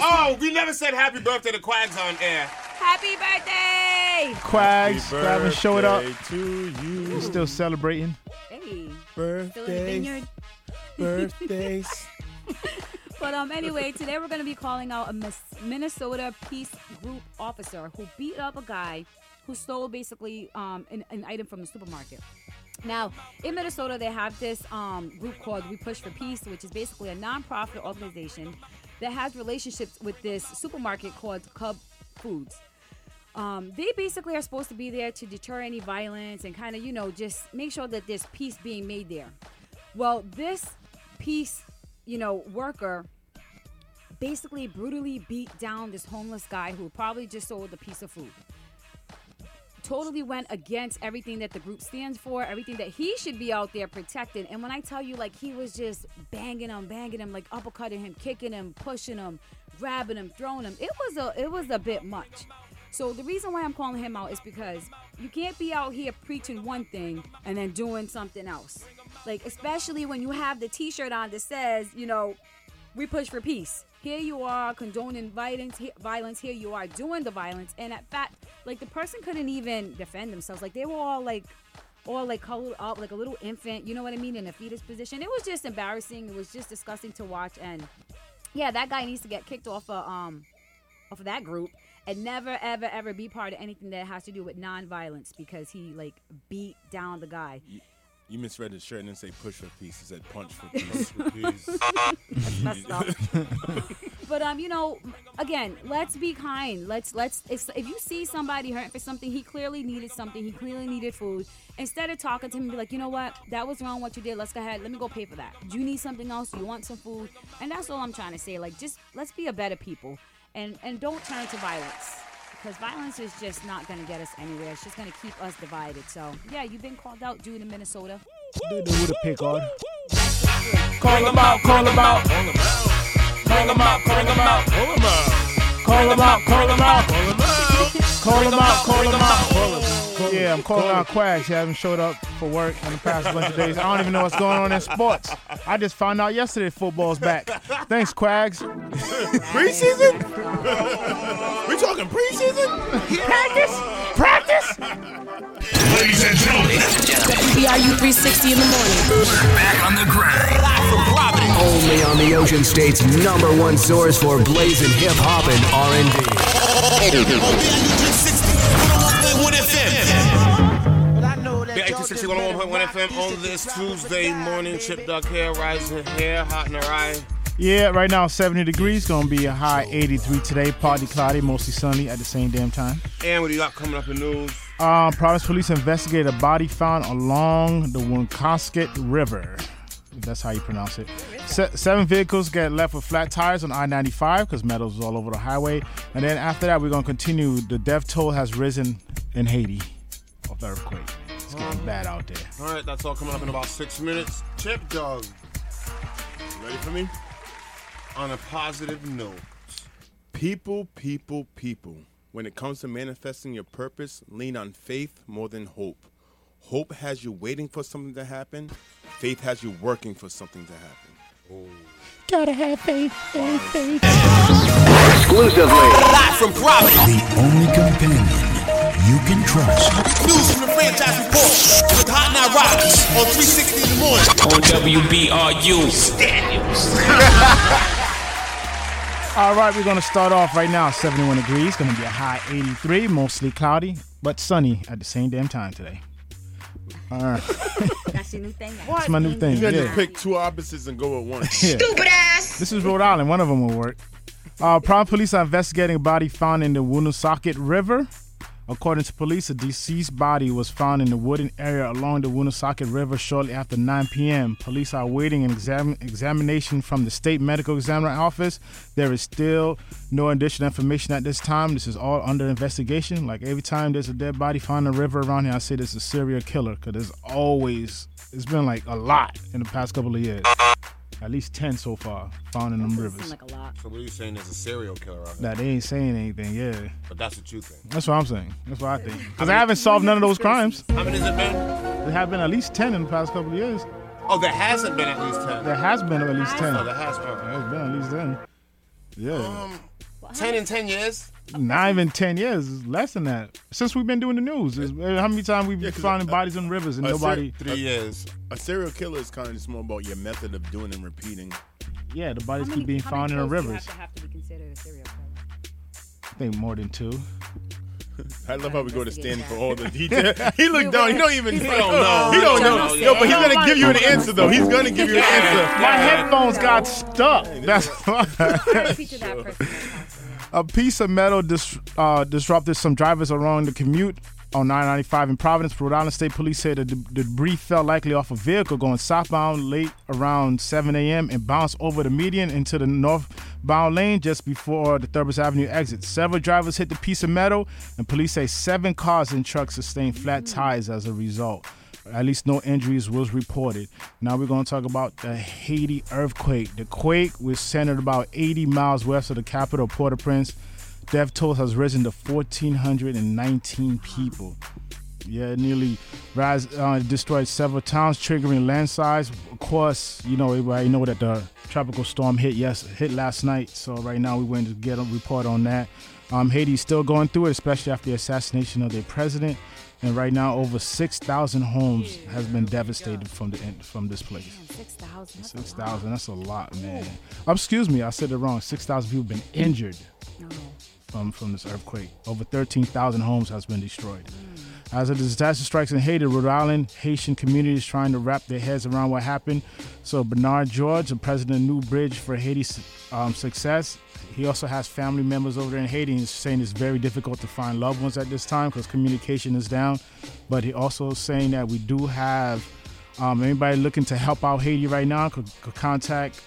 Speaker 4: Oh, we never said happy birthday to Quags on air.
Speaker 9: happy birthday!
Speaker 5: Quags, grab and show it up.
Speaker 6: Birthday To you,
Speaker 5: We're still celebrating.
Speaker 9: Hey, still in the
Speaker 6: birthdays,
Speaker 9: vineyard.
Speaker 6: birthdays.
Speaker 9: But um, anyway, today we're gonna be calling out a Miss Minnesota Peace Group officer who beat up a guy who stole basically um an, an item from the supermarket. Now, in Minnesota, they have this um, group called We Push for Peace, which is basically a nonprofit organization that has relationships with this supermarket called Cub Foods. Um, they basically are supposed to be there to deter any violence and kind of, you know, just make sure that there's peace being made there. Well, this peace, you know, worker basically brutally beat down this homeless guy who probably just sold a piece of food. Totally went against everything that the group stands for, everything that he should be out there protecting. And when I tell you, like, he was just banging him, banging him, like uppercutting him, kicking him, pushing him, grabbing him, throwing him. It was a, it was a bit much. So the reason why I'm calling him out is because you can't be out here preaching one thing and then doing something else. Like, especially when you have the T-shirt on that says, you know, we push for peace. Here you are condoning violence. He, violence. Here you are doing the violence. And at fact, like the person couldn't even defend themselves. Like they were all like, all like cuddled up, like a little infant. You know what I mean? In a fetus position. It was just embarrassing. It was just disgusting to watch. And yeah, that guy needs to get kicked off of um, off of that group and never ever ever be part of anything that has to do with nonviolence because he like beat down the guy.
Speaker 6: You misread his shirt and didn't say push for peace. It said punch for peace.
Speaker 9: messed up. but um, you know, again, let's be kind. Let's let's if, if you see somebody hurting for something, he clearly needed something. He clearly needed food. Instead of talking to him, be like, you know what, that was wrong. What you did. Let's go ahead. Let me go pay for that. Do you need something else? Do you want some food? And that's all I'm trying to say. Like, just let's be a better people, and and don't turn to violence. Because violence is just not going to get us anywhere. It's just going to keep us divided. So, yeah, you've been called out, dude, in Minnesota.
Speaker 5: They know who to pick on. Call them out, call them out. Call
Speaker 8: bring 'em out, bring 'em out.
Speaker 6: Pull him out.
Speaker 5: Call him out, call him out,
Speaker 6: Pull him out.
Speaker 5: call him out, call him out.
Speaker 6: Pull him
Speaker 5: Yeah, I'm calling out Quacks. He haven't showed up for work in the past bunch of days. I don't even know what's going on in sports. I just found out yesterday football's back. Thanks, Quacks.
Speaker 6: Preseason? we talking preseason?
Speaker 5: Practice? Practice?
Speaker 1: Ladies and gentlemen,
Speaker 2: WBRU 360 in the morning.
Speaker 1: back on the grind.
Speaker 8: Live from Providence
Speaker 3: Only on the Ocean State's number one source for blazing hip hop and R&B.
Speaker 8: on BIU 360, 101.1 FM.
Speaker 4: Big 1860 101.1 FM on this Tuesday morning. Chip Duck hair, rising hair, hot in her eye.
Speaker 5: Yeah, right now 70 degrees. Gonna be a high 83 today. Partly cloudy, mostly sunny at the same damn time.
Speaker 4: And what do you got coming up in news?
Speaker 5: Um, Providence police investigate a body found along the Wincosket River. If that's how you pronounce it. Se- seven vehicles get left with flat tires on I 95 because metals is all over the highway. And then after that, we're going to continue. The death toll has risen in Haiti of the earthquake. It's getting bad out there.
Speaker 4: All right, that's all coming up in about six minutes. Chip Dog,
Speaker 6: Ready for me?
Speaker 4: on a positive note.
Speaker 6: People, people, people. When it comes to manifesting your purpose, lean on faith more than hope. Hope has you waiting for something to happen. Faith has you working for something to happen.
Speaker 8: Live from Providence.
Speaker 1: The only companion you can trust.
Speaker 8: News from the franchise report with Hot Night Rockets on 360 in the morning. On WBRU.
Speaker 5: All right, we're going to start off right now 71 degrees. Going to be a high 83, mostly cloudy, but sunny at the same damn time today.
Speaker 9: That's your new thing.
Speaker 5: It's my new thing.
Speaker 6: You gotta
Speaker 5: Yeah.
Speaker 6: just pick two opposites and go with one.
Speaker 5: This is Rhode Island. One of them will work. Uh, Providence police are investigating a body found in the Woonsocket River. According to police, a deceased body was found in the wooded area along the Woonsocket River shortly after 9 p.m. Police are awaiting an exam- examination from the state medical examiner office. There is still no additional information at this time. This is all under investigation. Like every time there's a dead body found in the river around here, I say there's a serial killer because there's always, it's been like a lot in the past couple of years. At least 10 so far found in them
Speaker 9: Seems
Speaker 5: rivers.
Speaker 9: like a lot.
Speaker 4: So what are you saying? There's a serial killer out here,
Speaker 5: Nah, they ain't saying anything, yeah.
Speaker 4: but that's what you think.
Speaker 5: That's what I'm saying. That's what I think. Because I haven't solved none of those crimes.
Speaker 4: How many has it been?
Speaker 5: There have been at least 10 in the past couple of years.
Speaker 4: Oh, there hasn't been at least ten.
Speaker 5: There has been at least 10.
Speaker 4: Oh,
Speaker 5: There's
Speaker 4: there has been.
Speaker 5: been at least 10. Yeah.
Speaker 4: Ten in ten years.
Speaker 5: Not even 10 years. It's less than that. Since we've been doing the news. It's- How many times we've been
Speaker 6: 'cause
Speaker 5: finding
Speaker 6: I-
Speaker 5: bodies in rivers and
Speaker 6: I said-
Speaker 5: nobody.
Speaker 4: Three years.
Speaker 6: A serial killer is kind of just more about your method of doing and repeating.
Speaker 5: Yeah, the
Speaker 9: How
Speaker 5: bodies
Speaker 9: many-
Speaker 5: keep being
Speaker 9: how
Speaker 5: found in
Speaker 9: many
Speaker 5: the
Speaker 9: folks do you
Speaker 5: rivers.
Speaker 9: Have to, have to be considered a serial killer.
Speaker 5: I think more than two.
Speaker 6: I love how we go to
Speaker 9: Investigate
Speaker 6: Stanley for all the detail. He looked down. He don't even. He
Speaker 4: like,
Speaker 6: don't
Speaker 4: oh,
Speaker 6: know. He don't
Speaker 4: no,
Speaker 6: know.
Speaker 4: yeah.
Speaker 6: Yo, but he's gonna give you an answer though. He's gonna give you an answer.
Speaker 5: My headphones got stuck. That's why.
Speaker 9: Try to feature that person. as possible.
Speaker 5: A piece of metal dis- uh, disrupted some drivers along the commute on 995 in Providence. Rhode Island State Police said the de- debris fell likely off a vehicle going southbound late around 7 a.m. and bounced over the median into the northbound lane just before the Thurbus Avenue exit. Several drivers hit the piece of metal, and police say seven cars and trucks sustained flat tires as a result. At least no injuries was reported. Now we're going to talk about the Haiti earthquake. The quake was centered about 80 miles west of the capital, Port-au-Prince. Death toll has risen to 1,419 people. Yeah, it nearly rise, uh, destroyed several towns, triggering landslides. Of course, you know everybody know that the tropical storm hit yes hit last night. So right now we went to get a report on that. Um, Haiti's still going through it, especially after the assassination of their president. And right now, over 6,000 homes has been devastated from the from this place.
Speaker 9: Six thousand. that's a lot.
Speaker 5: 6,000, that's a lot, man. Um, excuse me, I said it wrong. 6,000 people been injured
Speaker 9: No.
Speaker 5: from, from this earthquake. Over 13,000 homes has been destroyed. As the disaster strikes in Haiti, Rhode Island, Haitian communities trying to wrap their heads around what happened. So Bernard George, the president of New Bridge for Haiti's um, success, he also has family members over there in Haiti. and He's saying it's very difficult to find loved ones at this time because communication is down. But he also saying that we do have um, anybody looking to help out Haiti right now could, could contact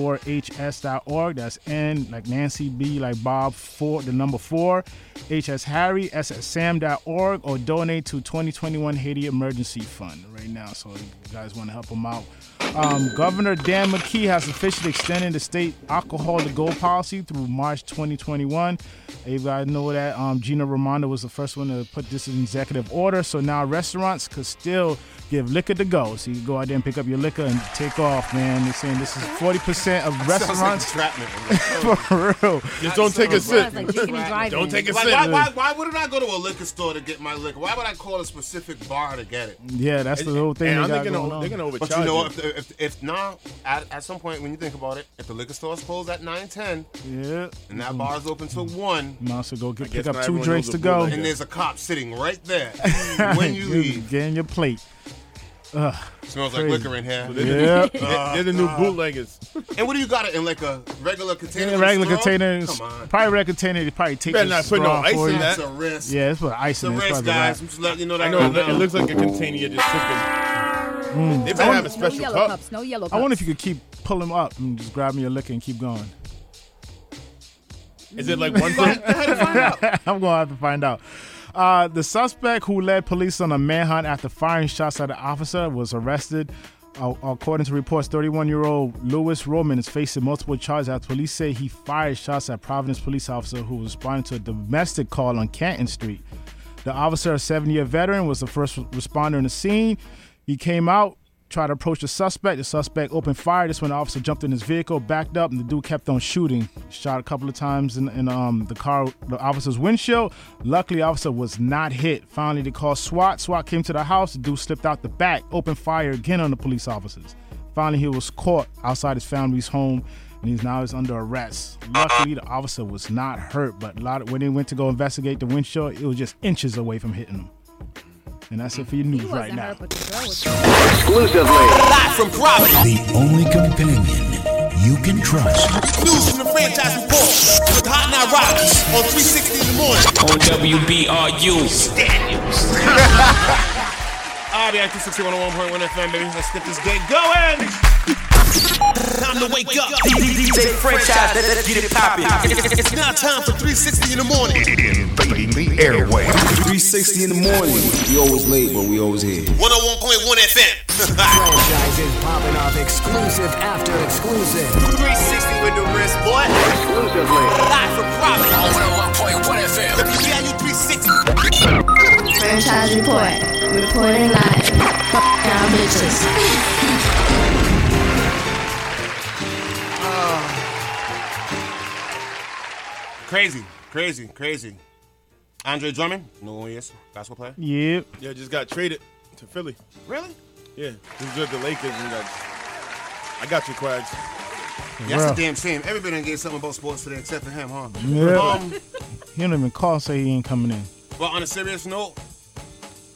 Speaker 5: nb4hs.org. That's N like Nancy, B like Bob, four the number four, H as Harry, S as Sam.org, or donate to 2021 Haiti Emergency Fund. Right right now, so you guys want to help him out. Um, Governor Dan McKee has officially extended the state alcohol to go policy through March 2021. You guys know that um, Gina Raimondo was the first one to put this in executive order, so now restaurants could still give liquor to go. So you can go out there and pick up your liquor and take off, man. They're saying this is 40% of restaurants. for real.
Speaker 6: Just don't take a sip.
Speaker 9: Sounds like drinking and driving.
Speaker 6: Don't take a
Speaker 4: Like,
Speaker 6: sip.
Speaker 4: why, why, why wouldn't I go to a liquor store to get my liquor? Why would I call a specific bar to get it?
Speaker 5: Yeah, that's the whole thing.
Speaker 6: And
Speaker 5: they
Speaker 6: I'm
Speaker 5: got
Speaker 6: thinking
Speaker 5: going
Speaker 6: they're gonna
Speaker 5: on.
Speaker 4: But
Speaker 6: overcharge.
Speaker 4: you know,
Speaker 6: you.
Speaker 4: if, if, if now, at, at some point when you think about it, if the liquor store's closed at 9, 10,
Speaker 5: Yeah.
Speaker 4: and
Speaker 6: Mm-hmm.
Speaker 4: that bar's open till 1,
Speaker 5: You might as well go get,
Speaker 6: guess
Speaker 5: pick up
Speaker 6: not
Speaker 5: two
Speaker 6: everyone
Speaker 5: drinks
Speaker 6: knows
Speaker 5: to
Speaker 6: the
Speaker 5: go.
Speaker 6: bootlegger.
Speaker 4: and there's a cop sitting right there when you leave.
Speaker 5: Get in your plate.
Speaker 4: Smells like
Speaker 5: Crazy.
Speaker 4: liquor in here.
Speaker 5: Yeah.
Speaker 6: They're the new bootleggers.
Speaker 4: And what do you got it in like a regular container?
Speaker 5: In
Speaker 4: with a
Speaker 5: regular
Speaker 4: straw?
Speaker 5: containers,
Speaker 4: Come on.
Speaker 5: probably regular container, they probably take
Speaker 6: Better
Speaker 5: the
Speaker 6: not put no
Speaker 5: straw
Speaker 6: ice
Speaker 5: for
Speaker 6: in
Speaker 5: you.
Speaker 6: that.
Speaker 4: It's a risk.
Speaker 5: Yeah, it's what
Speaker 4: It's
Speaker 5: ice
Speaker 4: a
Speaker 5: in it.
Speaker 4: risk,
Speaker 5: It's
Speaker 4: guys.
Speaker 5: guys.
Speaker 4: I'm just letting you know that.
Speaker 6: I know it,
Speaker 4: right
Speaker 6: loo- it
Speaker 4: now.
Speaker 6: looks like a container you're just sipping.
Speaker 5: Mm.
Speaker 6: They
Speaker 5: Oh.
Speaker 6: better have a
Speaker 9: No
Speaker 6: special
Speaker 9: yellow
Speaker 6: cup.
Speaker 9: cups. No yellow cups.
Speaker 5: I wonder if you could keep pull them up and just grab me a liquor and keep going.
Speaker 6: Is it like one thing?
Speaker 5: I'm gonna have to find out. Uh, the suspect who led police on a manhunt after firing shots at an officer was arrested. Uh, according to reports, 31-year-old Lewis Roman is facing multiple charges after police say he fired shots at Providence police officer who was responding to a domestic call on Canton Street. The officer, a seven-year veteran, was the first responder in the scene. He came out, tried to approach the suspect. The suspect opened fire. This when the officer jumped in his vehicle, backed up, and the dude kept on shooting. Shot a couple of times in, in um, the car, the officer's windshield. Luckily, the officer was not hit. Finally, they called SWAT. SWAT came to the house. The dude slipped out the back, opened fire again on the police officers. Finally, he was caught outside his family's home, and he's now is under arrest. Luckily, the officer was not hurt, but a lot when they went to go investigate the windshield, it was just inches away from hitting him. And that's it for your news
Speaker 9: He
Speaker 5: right
Speaker 9: wasn't
Speaker 5: now.
Speaker 9: hurt, but the girl was.
Speaker 3: Exclusively.
Speaker 8: Live from Providence,
Speaker 1: The only companion you can trust.
Speaker 8: news from the franchise report with Hot Night Rockets on 360 in the morning. On WBRU.
Speaker 4: All right, yeah, 161.1 FM, baby. Let's get this day going.
Speaker 8: Time to wake up. DJ franchise, let's get it poppin'. It's now time for 360 in the morning.
Speaker 10: Invading the airway.
Speaker 3: 360 in the morning. We always late, but we always here.
Speaker 8: 101.1 FM.
Speaker 3: Franchises popping off exclusive after exclusive.
Speaker 8: 360 with the wrist, boy. oh
Speaker 3: Exclusively.
Speaker 8: Live from Providence.
Speaker 3: 101.1 FM.
Speaker 8: WBIU 360.
Speaker 7: Franchise report. Reporting live. Fuck y'all bitches.
Speaker 4: Crazy, crazy, crazy. Andre Drummond, no one is basketball player.
Speaker 5: Yep.
Speaker 6: Yeah, just got traded to Philly.
Speaker 4: Really?
Speaker 6: Yeah, he was with the Lakers and got. I got you, Quags.
Speaker 4: That's
Speaker 5: Bro.
Speaker 4: a damn shame. Everybody done gave something about sports today except for him, huh?
Speaker 5: Yeah.
Speaker 4: Um,
Speaker 5: He don't even call, say he ain't coming in.
Speaker 4: but on a serious note,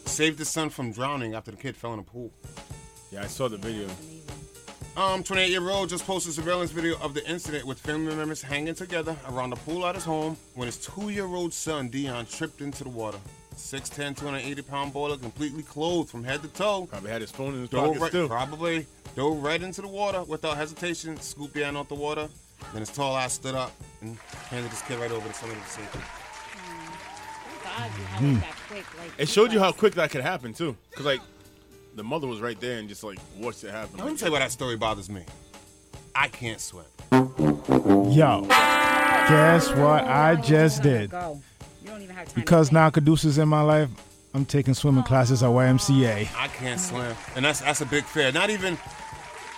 Speaker 4: saved his son from drowning after the kid fell in a pool.
Speaker 6: Yeah, I saw the video.
Speaker 4: Um, 28 year old just posted surveillance video of the incident with family members hanging together around the pool at his home when his two year old son, Dion, tripped into the water. 6'10, 280 pound baller, completely clothed from head to toe.
Speaker 6: Probably had his phone in his
Speaker 4: Dove
Speaker 6: pocket
Speaker 4: right,
Speaker 6: still.
Speaker 4: probably dove right into the water without hesitation, scooped Dion out the water. Then his tall ass stood up and handed his kid right over to somebody to safety.
Speaker 9: God, you
Speaker 5: Hmm.
Speaker 9: had it that quick. Like,
Speaker 6: It showed you how quick that could happen too, cause like the mother was right there and just like watched it happen.
Speaker 4: Let me tell you why that story bothers me. I can't swim.
Speaker 5: Yo, guess what I just did?
Speaker 9: Go. You don't even have time.
Speaker 5: Because
Speaker 9: to
Speaker 5: now Caduceus in my life, I'm taking swimming classes at YMCA.
Speaker 4: I can't swim, and that's that's a big fear. Not even.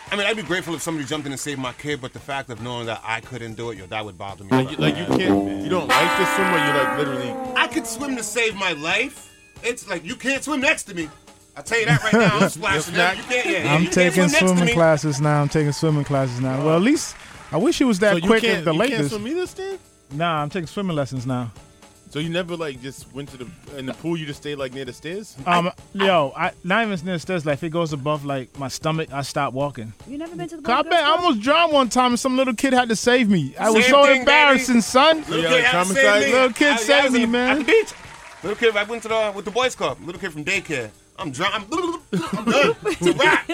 Speaker 4: I mean, I'd be grateful if somebody jumped in and saved my kid, but the fact of knowing that I couldn't do it, yo, that would bother me.
Speaker 6: Like, you- like you can't, you don't like this swimmer. You like literally.
Speaker 4: I could swim to save my life. It's like you can't swim next to me. I tell you that right now. I'm splashing.
Speaker 6: You're
Speaker 4: out. you can't. Yeah, yeah,
Speaker 5: I'm
Speaker 4: you can't
Speaker 5: taking
Speaker 4: swim next to
Speaker 5: swimming
Speaker 4: me.
Speaker 5: classes now. I'm taking swimming classes now. Well, at least I wish it was
Speaker 6: So
Speaker 5: that
Speaker 6: you
Speaker 5: quick
Speaker 6: can't,
Speaker 5: at the
Speaker 6: you can't
Speaker 5: Lakers.
Speaker 6: swim either, Stan.
Speaker 5: Nah, I'm taking swimming lessons now.
Speaker 6: So you never like just went to the in the pool. You just stayed like near the stairs.
Speaker 5: Um, yo, I, not even near stairs. Like if it goes above like my stomach, I stop walking.
Speaker 9: Think. You never been to the.
Speaker 5: Cause I,
Speaker 9: Boy
Speaker 5: bet I
Speaker 9: Scouts?
Speaker 5: almost drowned one time, and some little kid had to save me. I was
Speaker 4: Same
Speaker 5: so
Speaker 4: thing,
Speaker 5: embarrassing,
Speaker 4: baby.
Speaker 5: son.
Speaker 4: Little
Speaker 6: Yeah,
Speaker 4: kid, had to
Speaker 6: traumatized.
Speaker 4: save me.
Speaker 5: Little kid
Speaker 4: I- I
Speaker 5: saved
Speaker 4: was in
Speaker 5: me,
Speaker 4: the-
Speaker 5: man.
Speaker 4: At the beach. Little kid, I went to the with the boys club. Little kid from daycare. I'm drunk. I'm, I'm done. It's a wrap.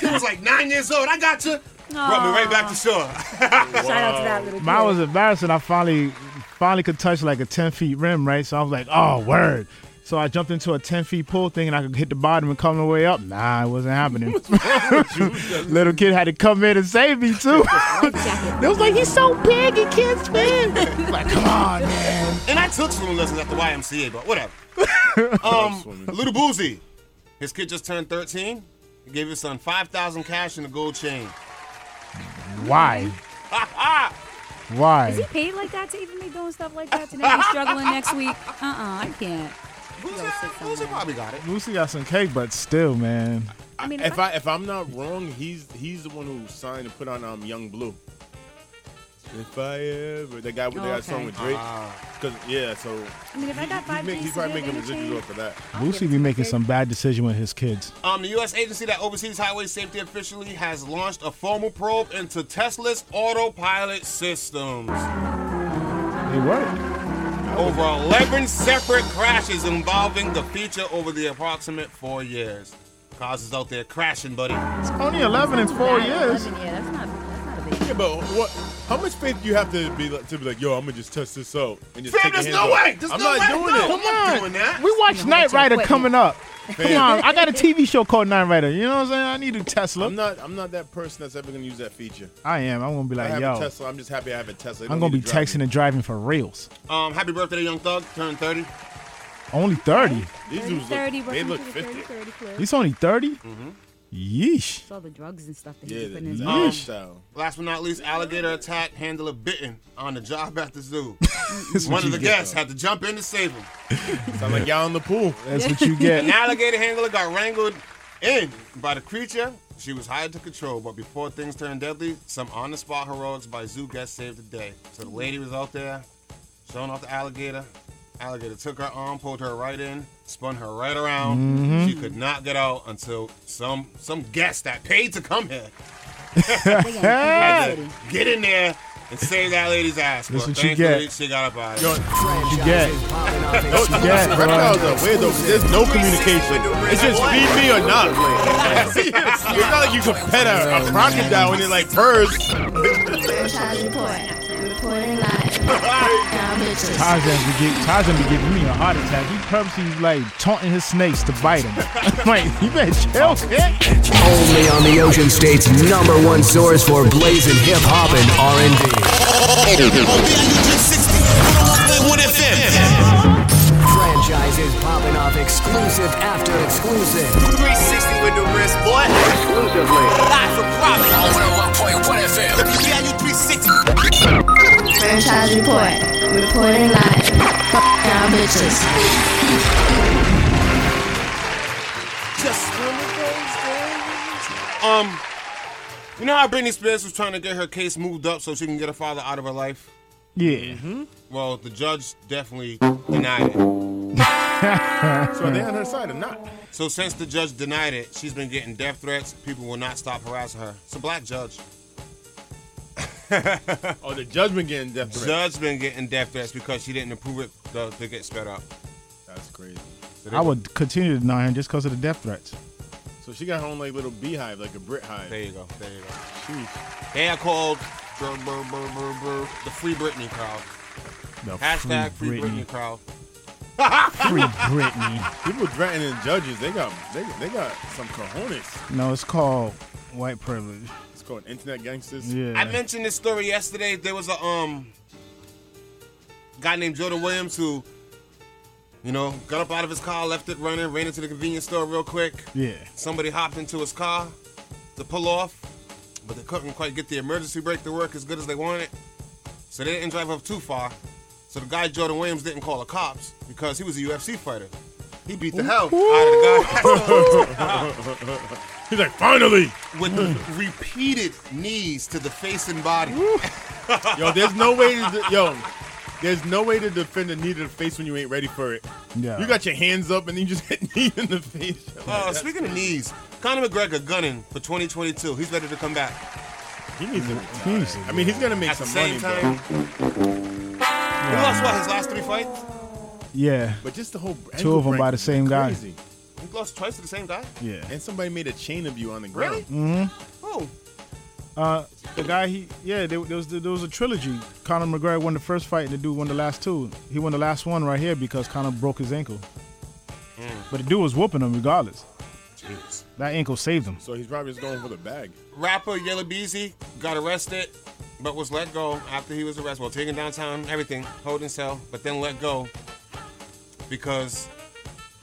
Speaker 4: He was like nine years old. I got you. Brought me right back to shore.
Speaker 9: Shout out to that little.
Speaker 5: Mine
Speaker 9: kid.
Speaker 5: was embarrassing. I finally finally could touch like a ten feet rim, right? So I was like, oh word. So I jumped into a 10 feet pool thinking I could hit the bottom and come the way up. Nah, it wasn't happening. Little kid had to come in and save me, too. it was like, he's so big, he can't swim. like, come on, man.
Speaker 4: And I took swimming lessons at the YMCA, but whatever. um, Little Boozy, his kid just turned 13. He gave his son 5,000 cash and a gold chain.
Speaker 5: Why?
Speaker 9: Is he
Speaker 5: Why?
Speaker 9: paid like that to even be doing stuff like that? Today he's struggling next week. Uh uh I can't.
Speaker 4: Who's that? Who's that probably got it?
Speaker 5: Lucy got some cake, but still, man.
Speaker 9: I mean,
Speaker 6: If I if I'm not wrong, he's he's the one who signed and put on um Young Blue. If I ever that guy with
Speaker 9: Oh,
Speaker 6: that
Speaker 9: okay.
Speaker 6: song with Drake,
Speaker 4: Ah.
Speaker 6: because yeah, so
Speaker 9: I mean, if I got five
Speaker 6: he, make,
Speaker 9: days
Speaker 6: he
Speaker 9: to
Speaker 6: probably
Speaker 9: get
Speaker 6: making residuals
Speaker 9: entertained-
Speaker 6: off of that.
Speaker 5: Lucy be making some bad decision with his kids.
Speaker 4: Um, the U.S. agency that oversees highway safety officially has launched a formal probe into Tesla's autopilot systems
Speaker 5: They work.
Speaker 4: over 11 separate crashes involving the feature over the approximate four years. Cars is out there crashing, buddy.
Speaker 5: It's only 11 in four
Speaker 9: Nine,
Speaker 5: years.
Speaker 9: eleven, Yeah, that's not, that's not a big
Speaker 6: Yeah, but what? How much faith do you have to be like, to be like, yo, I'm gonna just test this out and just
Speaker 4: Fam,
Speaker 6: take
Speaker 4: there's
Speaker 6: a
Speaker 4: no way! There's
Speaker 6: I'm
Speaker 4: no
Speaker 6: not
Speaker 4: way!
Speaker 6: doing
Speaker 4: No,
Speaker 6: it.
Speaker 4: I'm not doing that.
Speaker 5: We watch
Speaker 9: No,
Speaker 5: Knight
Speaker 9: it's your
Speaker 5: Rider
Speaker 9: equipment.
Speaker 5: coming up. Come
Speaker 6: Fam.
Speaker 5: on, I got a TV show called Knight Rider. You know what I'm saying? I need a Tesla.
Speaker 6: I'm not. I'm not that person that's ever gonna use that feature.
Speaker 5: I am. I'm gonna be
Speaker 6: I
Speaker 5: like,
Speaker 6: have a
Speaker 5: yo,
Speaker 6: Tesla. I'm just happy I have a Tesla. It
Speaker 5: I'm
Speaker 6: don't
Speaker 5: gonna be
Speaker 6: need to drive
Speaker 5: texting
Speaker 6: me.
Speaker 5: and driving for reals.
Speaker 4: Um, happy birthday to Young Thug, turned 30.
Speaker 5: Only 30.
Speaker 6: These
Speaker 9: 30,
Speaker 6: dudes look. They
Speaker 9: working
Speaker 6: look
Speaker 9: to the
Speaker 6: 50.
Speaker 9: 30, 30
Speaker 5: He's only 30?
Speaker 6: Mm-hmm.
Speaker 5: Yeesh.
Speaker 9: It's all the drugs and stuff that
Speaker 6: Yeah,
Speaker 9: he's
Speaker 6: the
Speaker 9: putting in his
Speaker 5: Yeesh.
Speaker 9: mouth.
Speaker 6: lifestyle.
Speaker 4: Last but not least, alligator attack handler bitten on the job at the zoo.
Speaker 5: That's
Speaker 4: One
Speaker 5: what
Speaker 4: of
Speaker 5: you
Speaker 4: the
Speaker 5: get.
Speaker 4: guests had to jump in to save him.
Speaker 6: Sound like y'all in the pool.
Speaker 5: That's what you get.
Speaker 4: An alligator handler got wrangled in by the creature. She was hired to control, but before things turned deadly, some on the spot heroics by zoo guests saved the day. So the lady was out there showing off the alligator. Alligator took her arm, pulled her right in, spun her right around.
Speaker 5: Mm-hmm.
Speaker 4: She could not get out until some some guest that paid to come here
Speaker 9: They got
Speaker 4: had to get in there and save that lady's ass.
Speaker 5: That's
Speaker 4: But
Speaker 5: what you
Speaker 4: thankfully,
Speaker 5: get.
Speaker 4: she got up out of
Speaker 6: Yo,
Speaker 4: it.
Speaker 5: you get.
Speaker 6: Yes,
Speaker 5: Yeah,
Speaker 6: reptiles are weird though. There's no communication. It's just feed me or not. it's not like you can pet a, a crocodile and it like purrs.
Speaker 7: Franchise report. Reporting live. Down bitches.
Speaker 5: Tarzan be, give, Tarzan be giving me a heart attack. He purposely like taunting his snakes to bite him. like, you better chill, kid.
Speaker 3: Only on the Ocean State's number one source for blazing hip hop and R&B.
Speaker 8: OBIU 360, 101.1 FM.
Speaker 3: Franchises popping off exclusive after exclusive.
Speaker 8: 360 with the wrist, boy. oh
Speaker 3: Exclusively.
Speaker 8: Live for profit.
Speaker 3: 101.1 FM.
Speaker 8: OBIU 360.
Speaker 7: Franchise report. Reporting live. Down bitches.
Speaker 4: Just one of those days. Um, you know how Britney Spears was trying to get her case moved up so she can get her father out of her life?
Speaker 5: Yeah.
Speaker 4: Well, the judge definitely denied it.
Speaker 6: So are they on her side or not?
Speaker 4: So since the judge denied it, she's been getting death threats. People will not stop harassing her. It's a black judge.
Speaker 6: Oh, the judgment getting death threats.
Speaker 4: Judge been getting death threats because she didn't approve it to, to get sped up.
Speaker 6: That's crazy.
Speaker 5: I would continue to deny him just because of the death threats.
Speaker 6: So she got her own like little beehive, like a Brit hive.
Speaker 4: There you go. There you go. They are called brr, brr, brr, brr, brr, the Free Britney crowd.
Speaker 5: The
Speaker 4: Hashtag Free Britney crowd.
Speaker 5: Free Britney.
Speaker 6: People threatening judges, they got they, they got some cojones.
Speaker 5: No, it's called white privilege.
Speaker 6: It's called internet gangsters.
Speaker 5: Yeah.
Speaker 4: I mentioned this story yesterday. There was a um guy named Jordan Williams who, you know, got up out of his car, left it running, ran into the convenience store real quick.
Speaker 5: yeah.
Speaker 4: Somebody hopped into his car to pull off, but they couldn't quite get the emergency brake to work as good as they wanted. So they didn't drive up too far. So the guy Jordan Williams didn't call the cops because he was a UFC fighter. He beat the hell out of the guy
Speaker 6: He's like, finally.
Speaker 4: with repeated knees to the face and body.
Speaker 6: Yo, there's no way. To, yo, there's no way to defend a knee to the face when you ain't ready for it.
Speaker 5: Yeah.
Speaker 6: You got your hands up and then you just hit knee in the face. Yo,
Speaker 4: Uh,
Speaker 6: that's-
Speaker 4: speaking of knees, Conor McGregor gunning for 2022. He's ready to come back.
Speaker 6: he needs to.
Speaker 5: Jesus.
Speaker 6: I mean, he's gonna make
Speaker 4: At the
Speaker 6: some
Speaker 4: same
Speaker 6: money,
Speaker 4: time,
Speaker 6: bro.
Speaker 4: he lost what his last three fights.
Speaker 5: Yeah.
Speaker 6: but just the whole
Speaker 5: Two
Speaker 6: ankle
Speaker 5: of 'em by
Speaker 6: bracelet
Speaker 5: the
Speaker 6: is
Speaker 5: same guy.
Speaker 6: crazy.
Speaker 4: He lost twice to the same guy.
Speaker 5: Yeah.
Speaker 6: And somebody made a chain of you on the ground.
Speaker 4: Really? Oh,
Speaker 5: Uh, the guy he yeah there, there was there was a trilogy. Conor McGregor won the first fight, and the dude won the last two. He won the last one right here because Conor broke his ankle. But the dude was whooping him regardless.
Speaker 4: Jeez.
Speaker 5: That ankle saved him.
Speaker 6: So he's probably just going for the bag.
Speaker 4: Rapper Yella Beezy got arrested, but was let go after he was arrested. Well, taken downtown, everything, holding cell, but then let go because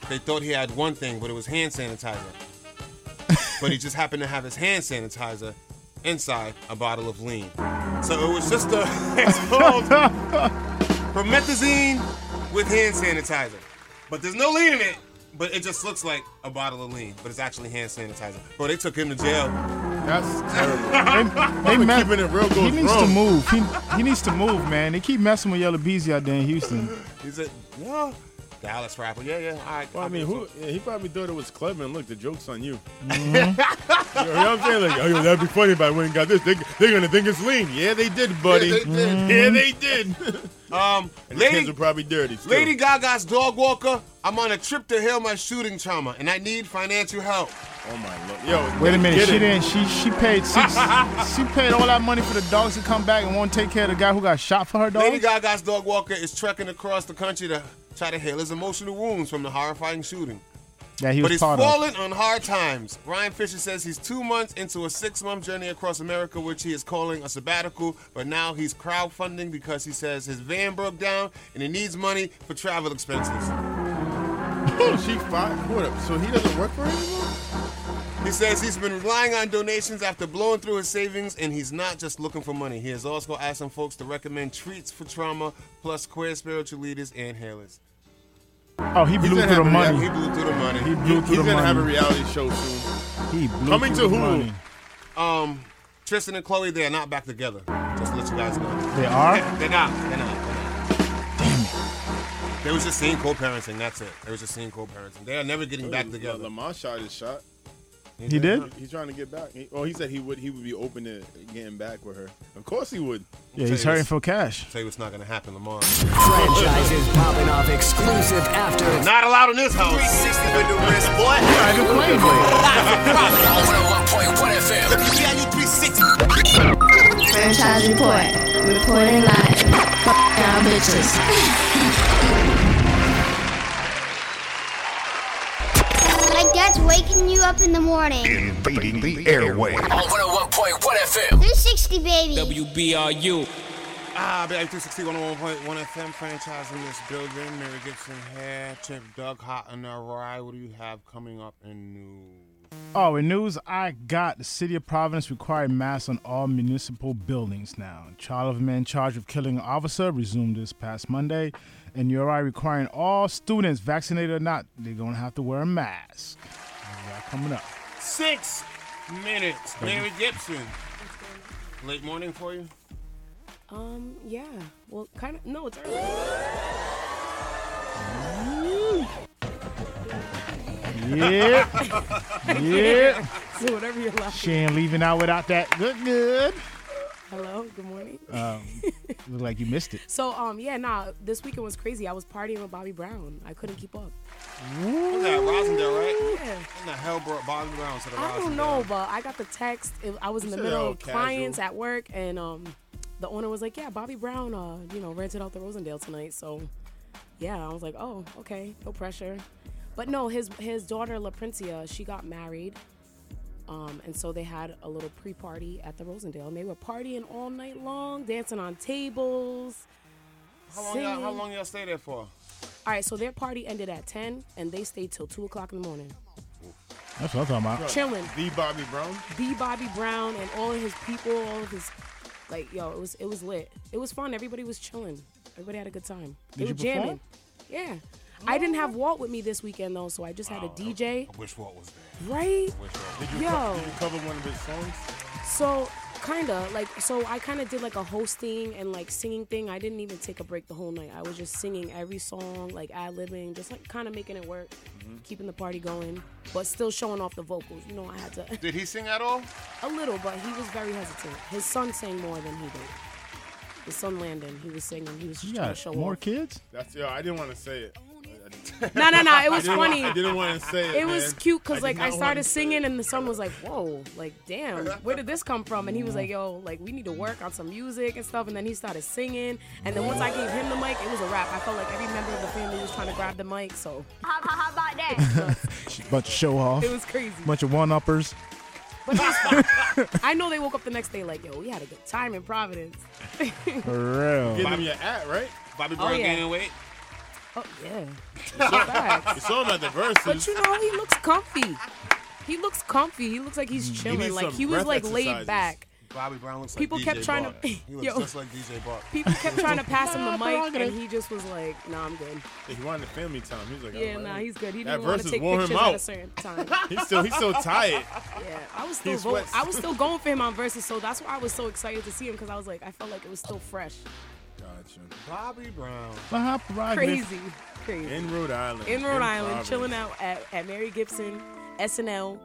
Speaker 4: they thought he had one thing, but it was hand sanitizer. but he just happened to have his hand sanitizer inside a bottle of lean. So it was just a it's called promethazine with hand sanitizer. But there's no lean in it, but it just looks like a bottle of lean, but it's actually hand sanitizer. Bro, they took him to jail.
Speaker 5: That's terrible. they, they mess-
Speaker 6: keeping it real goes
Speaker 5: he needs to
Speaker 6: wrong.
Speaker 5: move. He, he needs to move, man. They keep messing with Yellow Beezy out there in Houston.
Speaker 4: He said, no. Dallas rapper. Yeah, yeah. All right.
Speaker 6: Well, I mean, who? Yeah, he probably thought it was clever, and look, the joke's on you.
Speaker 5: Mm-hmm.
Speaker 6: you know what I'm saying? Like, oh, yo, that'd be funny if I went and got this. They, they're gonna think it's lean. Yeah, they did, buddy. Mm-hmm.
Speaker 4: Yeah, they did.
Speaker 6: Yeah, they did.
Speaker 4: Um,
Speaker 6: and the kids
Speaker 4: Lady,
Speaker 6: are probably dirty. Still.
Speaker 4: Lady Gaga's dog walker. I'm on a trip to heal my shooting trauma, and I need financial help.
Speaker 6: Oh my lord. Yo,
Speaker 5: Wait a minute.
Speaker 6: get
Speaker 5: She
Speaker 6: it.
Speaker 5: didn't. She she paid six. she paid all that money for the dogs to come back and won't take care of the guy who got shot for her dog.
Speaker 4: Lady Gaga's dog walker is trekking across the country to try to heal his emotional wounds from the horrifying shooting.
Speaker 5: that he
Speaker 4: But
Speaker 5: was
Speaker 4: he's
Speaker 5: part of.
Speaker 4: fallen on hard times. Ryan Fisher says he's two months into a six month journey across America, which he is calling a sabbatical. But now he's crowdfunding because he says his van broke down and he needs money for travel expenses.
Speaker 6: Oh, she five. Hold up. So he doesn't work for her anymore?
Speaker 4: He says he's been relying on donations after blowing through his savings, and he's not just looking for money. He is also asking folks to recommend treats for trauma, plus queer spiritual leaders and healers.
Speaker 5: Oh, he blew
Speaker 6: gonna
Speaker 5: through the
Speaker 6: have
Speaker 4: He
Speaker 5: money.
Speaker 4: blew through the
Speaker 5: He
Speaker 4: money.
Speaker 5: blew
Speaker 6: He's
Speaker 5: through the
Speaker 6: gonna have a
Speaker 5: money.
Speaker 6: reality show soon.
Speaker 5: He blew
Speaker 6: Coming
Speaker 5: through
Speaker 6: to
Speaker 5: the
Speaker 6: Hulu.
Speaker 5: money.
Speaker 4: Um, Tristan and Chloe, they are not back together. Just to let you guys know.
Speaker 5: They are.
Speaker 4: They're not. They're not. They're not. They was just seeing co-parenting. That's it. They was just seeing co-parenting. They are never getting back together.
Speaker 6: Lamar shot his shot.
Speaker 5: He did.
Speaker 6: He's trying to get back. He, oh, he said he would. He would be open to getting back with her. Of course he would.
Speaker 5: Yeah,
Speaker 4: Tails.
Speaker 5: he's hurting for cash.
Speaker 4: Tell you it's not gonna happen, Lamar.
Speaker 3: Franchises popping off exclusive after it's
Speaker 4: Not allowed in this house.
Speaker 8: 360 with the wrist, boy. WBIU 360.
Speaker 7: Franchise report. Reporting live. Fuck y'all bitches.
Speaker 11: Like that's waking you up in the morning.
Speaker 10: Invading the airway.
Speaker 3: 101.1 FM.
Speaker 11: 360 baby.
Speaker 12: WBRU.
Speaker 4: Ah, Big 360 101.1 FM franchise in this building. Mary Gibson here, Chip Doug Hot and Rye. What do you have coming up in news?
Speaker 5: Oh, in news, I got the city of Providence requiring masks on all municipal buildings now. Trial of a man charged with killing an officer resumed this past Monday, and URI requiring all students, vaccinated or not, they're gonna have to wear a mask. We got coming up.
Speaker 4: Six minutes. Mary Gibson. Late morning for you?
Speaker 2: Um, yeah. Well, kind of. No, it's early.
Speaker 5: Yeah, yeah.
Speaker 2: So whatever you're like.
Speaker 5: She ain't leaving out without that. Good, good.
Speaker 2: Hello. Good morning.
Speaker 4: Uh,
Speaker 5: Look like you missed it.
Speaker 2: So um, yeah, nah. This weekend was crazy. I was partying with Bobby Brown. I couldn't keep up.
Speaker 4: What's that, Rosendale, right?
Speaker 2: Yeah.
Speaker 4: What the hell brought Bobby Brown to the
Speaker 2: I don't
Speaker 4: Rosendale?
Speaker 2: know, but I got the text. It, I was in the
Speaker 6: said
Speaker 4: oh,
Speaker 2: middle
Speaker 6: all
Speaker 2: of
Speaker 6: casual.
Speaker 2: clients at work, and um, the owner was like, "Yeah, Bobby Brown, uh, you know, rented out the Rosendale tonight." So, yeah, I was like, "Oh, okay, no pressure." But no, his his daughter LaPrincia, she got married, um, and so they had a little pre party at the Rosendale, and they were partying all night long, dancing on tables.
Speaker 4: How long, y'all, how
Speaker 2: singing.
Speaker 4: long y'all stay there for?
Speaker 2: All right, so their party ended at ten, and they stayed till two o'clock in the morning,
Speaker 5: That's what I'm talking about.
Speaker 2: chilling.
Speaker 6: The Bobby Brown.
Speaker 2: B. Bobby Brown and all of his people, all of his like yo, it was it was lit. It was fun. Everybody was chilling. Everybody had a good time. They
Speaker 5: Did you
Speaker 2: were jamming.
Speaker 5: perform?
Speaker 2: Yeah. I didn't have Walt with me this weekend though, so I just had a DJ.
Speaker 4: I wish Walt was there.
Speaker 2: Right?
Speaker 6: Did you,
Speaker 2: Yo.
Speaker 6: co- did you cover one of his songs?
Speaker 2: So kinda like so I kinda did like a hosting and like singing thing. I didn't even take a break the whole night. I was just singing every song, like ad libbing, just like kinda making it work, keeping the party going, but still showing off the vocals. You know, I had to
Speaker 4: Did he sing at all?
Speaker 2: A little, but he was very hesitant. His son sang more than he did. His son Landon, he was singing. He was
Speaker 5: You
Speaker 2: just trying to show
Speaker 5: got more
Speaker 2: off.
Speaker 5: kids?
Speaker 6: That's yo. I didn't want to say it. I- I didn't-
Speaker 2: No, no, no. It was
Speaker 6: I didn't
Speaker 2: funny.
Speaker 6: wa- I didn't wanna say it,
Speaker 2: It was
Speaker 6: man.
Speaker 2: cute
Speaker 6: I
Speaker 2: because
Speaker 6: did
Speaker 2: like I
Speaker 6: not
Speaker 2: started
Speaker 6: wanna say
Speaker 2: singing and the son was like, "Whoa, like damn, where did this come from?" And he was like, "Yo, like we need to work on some music and stuff." And then he started singing. And then once I gave him the mic, it was a wrap. I felt like every member of the family was trying to grab the mic. So how, how about that?
Speaker 5: bunch of show off.
Speaker 2: It was crazy.
Speaker 5: Bunch of one uppers.
Speaker 2: But it was fun. I know they woke up the next day like, "Yo, we had a good time in Providence."
Speaker 5: For real.
Speaker 6: Getting him your at, right?
Speaker 4: Bobby
Speaker 2: Oh, Brown yeah. gaining
Speaker 4: weight.
Speaker 2: Oh yeah.
Speaker 6: you saw him at the verses.
Speaker 2: But you know, he looks comfy. He looks comfy. He looks like he's
Speaker 6: Mm. He
Speaker 2: chilling.
Speaker 6: needs
Speaker 2: like
Speaker 6: some
Speaker 2: he was
Speaker 6: breath
Speaker 2: like laid
Speaker 6: exercises.
Speaker 2: back.
Speaker 4: Bobby Brown looks like
Speaker 2: People
Speaker 4: DJ
Speaker 2: kept trying to-
Speaker 4: Bart. He looks
Speaker 2: Yo.
Speaker 4: just like DJ Bart.
Speaker 2: People kept trying to pass him the mic, and
Speaker 6: prerogative.
Speaker 2: he just was like, "Nah, I'm good."
Speaker 6: Yeah, he wanted family time. He was like,
Speaker 2: Yeah,
Speaker 6: "All right."
Speaker 2: nah, he's good. He
Speaker 6: that
Speaker 2: didn't want to
Speaker 6: versus
Speaker 2: take
Speaker 6: wore
Speaker 2: pictures
Speaker 6: him
Speaker 2: at a
Speaker 6: out.
Speaker 2: certain time.
Speaker 6: He's still he's so tired.
Speaker 2: Yeah, I was still
Speaker 6: He
Speaker 2: voting.
Speaker 6: sweats.
Speaker 2: I was still going for him on versus, so that's why I was so excited to see him because I was like, I felt like it was still fresh.
Speaker 6: Gotcha.
Speaker 4: Bobby Brown.
Speaker 2: Crazy, crazy.
Speaker 6: In Rhode Island.
Speaker 2: in Rhode Island,
Speaker 6: Providence.
Speaker 2: chilling out at, at Mary Gibson, SNL,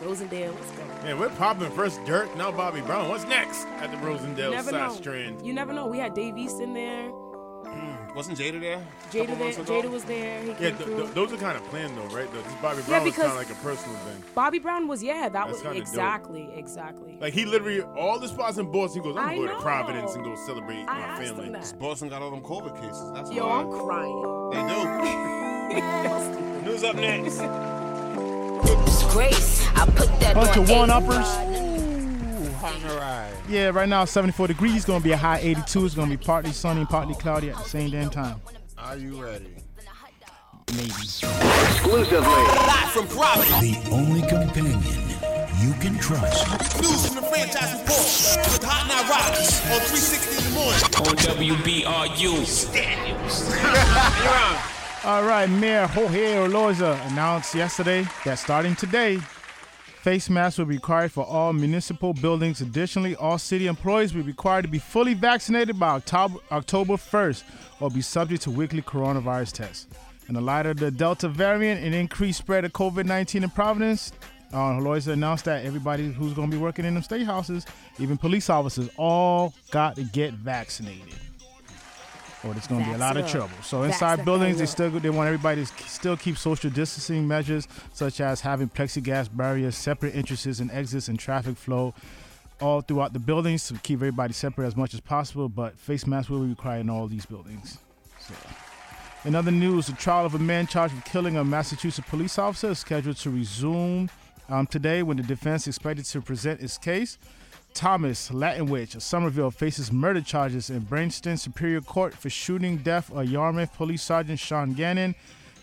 Speaker 2: Rosendale. Let's go.
Speaker 6: Man, we're popping first Dirk, now Bobby Brown. What's next at the Rosendale
Speaker 2: never
Speaker 6: side
Speaker 2: know.
Speaker 6: strand?
Speaker 2: You never know. We had Dave East in there.
Speaker 4: Wasn't Jada there?
Speaker 2: Jada, there, Jada was there. He
Speaker 6: Yeah,
Speaker 2: came
Speaker 6: th-
Speaker 2: through.
Speaker 6: th- those are kind of planned though, right? This Bobby Brown was
Speaker 2: Yeah,
Speaker 6: kind
Speaker 2: because-
Speaker 6: of like a personal thing.
Speaker 2: Bobby Brown was yeah. That
Speaker 6: That's
Speaker 2: was
Speaker 6: kinda dope.
Speaker 2: exactly exactly.
Speaker 6: Like he literally all the spots in Boston. He goes, I'm
Speaker 2: I
Speaker 6: gonna go
Speaker 2: know.
Speaker 6: to Providence and go celebrate
Speaker 2: I
Speaker 6: my
Speaker 2: asked him
Speaker 6: family.
Speaker 2: that.
Speaker 4: Boston got all them COVID cases. That's
Speaker 2: Yo,
Speaker 4: why.
Speaker 2: I'm crying.
Speaker 4: They do. News up next.
Speaker 12: Disgrace. I put that
Speaker 5: Bunch
Speaker 12: on
Speaker 5: of
Speaker 12: eight.
Speaker 5: one-uppers.
Speaker 4: All right.
Speaker 5: Yeah, right now 74 degrees. Gonna be a high 82. It's gonna be partly sunny and partly cloudy at the same damn time.
Speaker 4: Are you ready?
Speaker 5: Maybe.
Speaker 8: Live from Providence.
Speaker 1: The only companion you can trust.
Speaker 8: News from the franchise report with Hot Night Rockets on 360 in the morning.
Speaker 13: On WBRU.
Speaker 5: All right, Mayor Jorge Orloza announced yesterday that starting today, face masks will be required for all municipal buildings. Additionally, all city employees will be required to be fully vaccinated by October, October 1st or be subject to weekly coronavirus tests. In the light of the Delta variant and increased spread of COVID 19 in Providence, uh, Loiza announced that everybody who's going to be working in them state houses, even police officers, all got to get vaccinated or there's going to be a
Speaker 14: Vax
Speaker 5: lot
Speaker 14: it
Speaker 5: of
Speaker 14: up.
Speaker 5: trouble. So
Speaker 14: Vax
Speaker 5: inside
Speaker 14: the hell
Speaker 5: buildings, they
Speaker 14: up.
Speaker 5: still they want everybody to k- still keep social distancing measures such as having plexiglass barriers, separate entrances and exits, and traffic flow all throughout the buildings to keep everybody separate as much as possible. But face masks will be required in all these buildings. So. In other news, the trial of a man charged with killing a Massachusetts police officer is scheduled to resume um, today when the defense is expected to present its case. Thomas Latinwich of Somerville faces murder charges in Brainston Superior Court for shooting death of Yarmouth Police Sergeant Sean Gannon.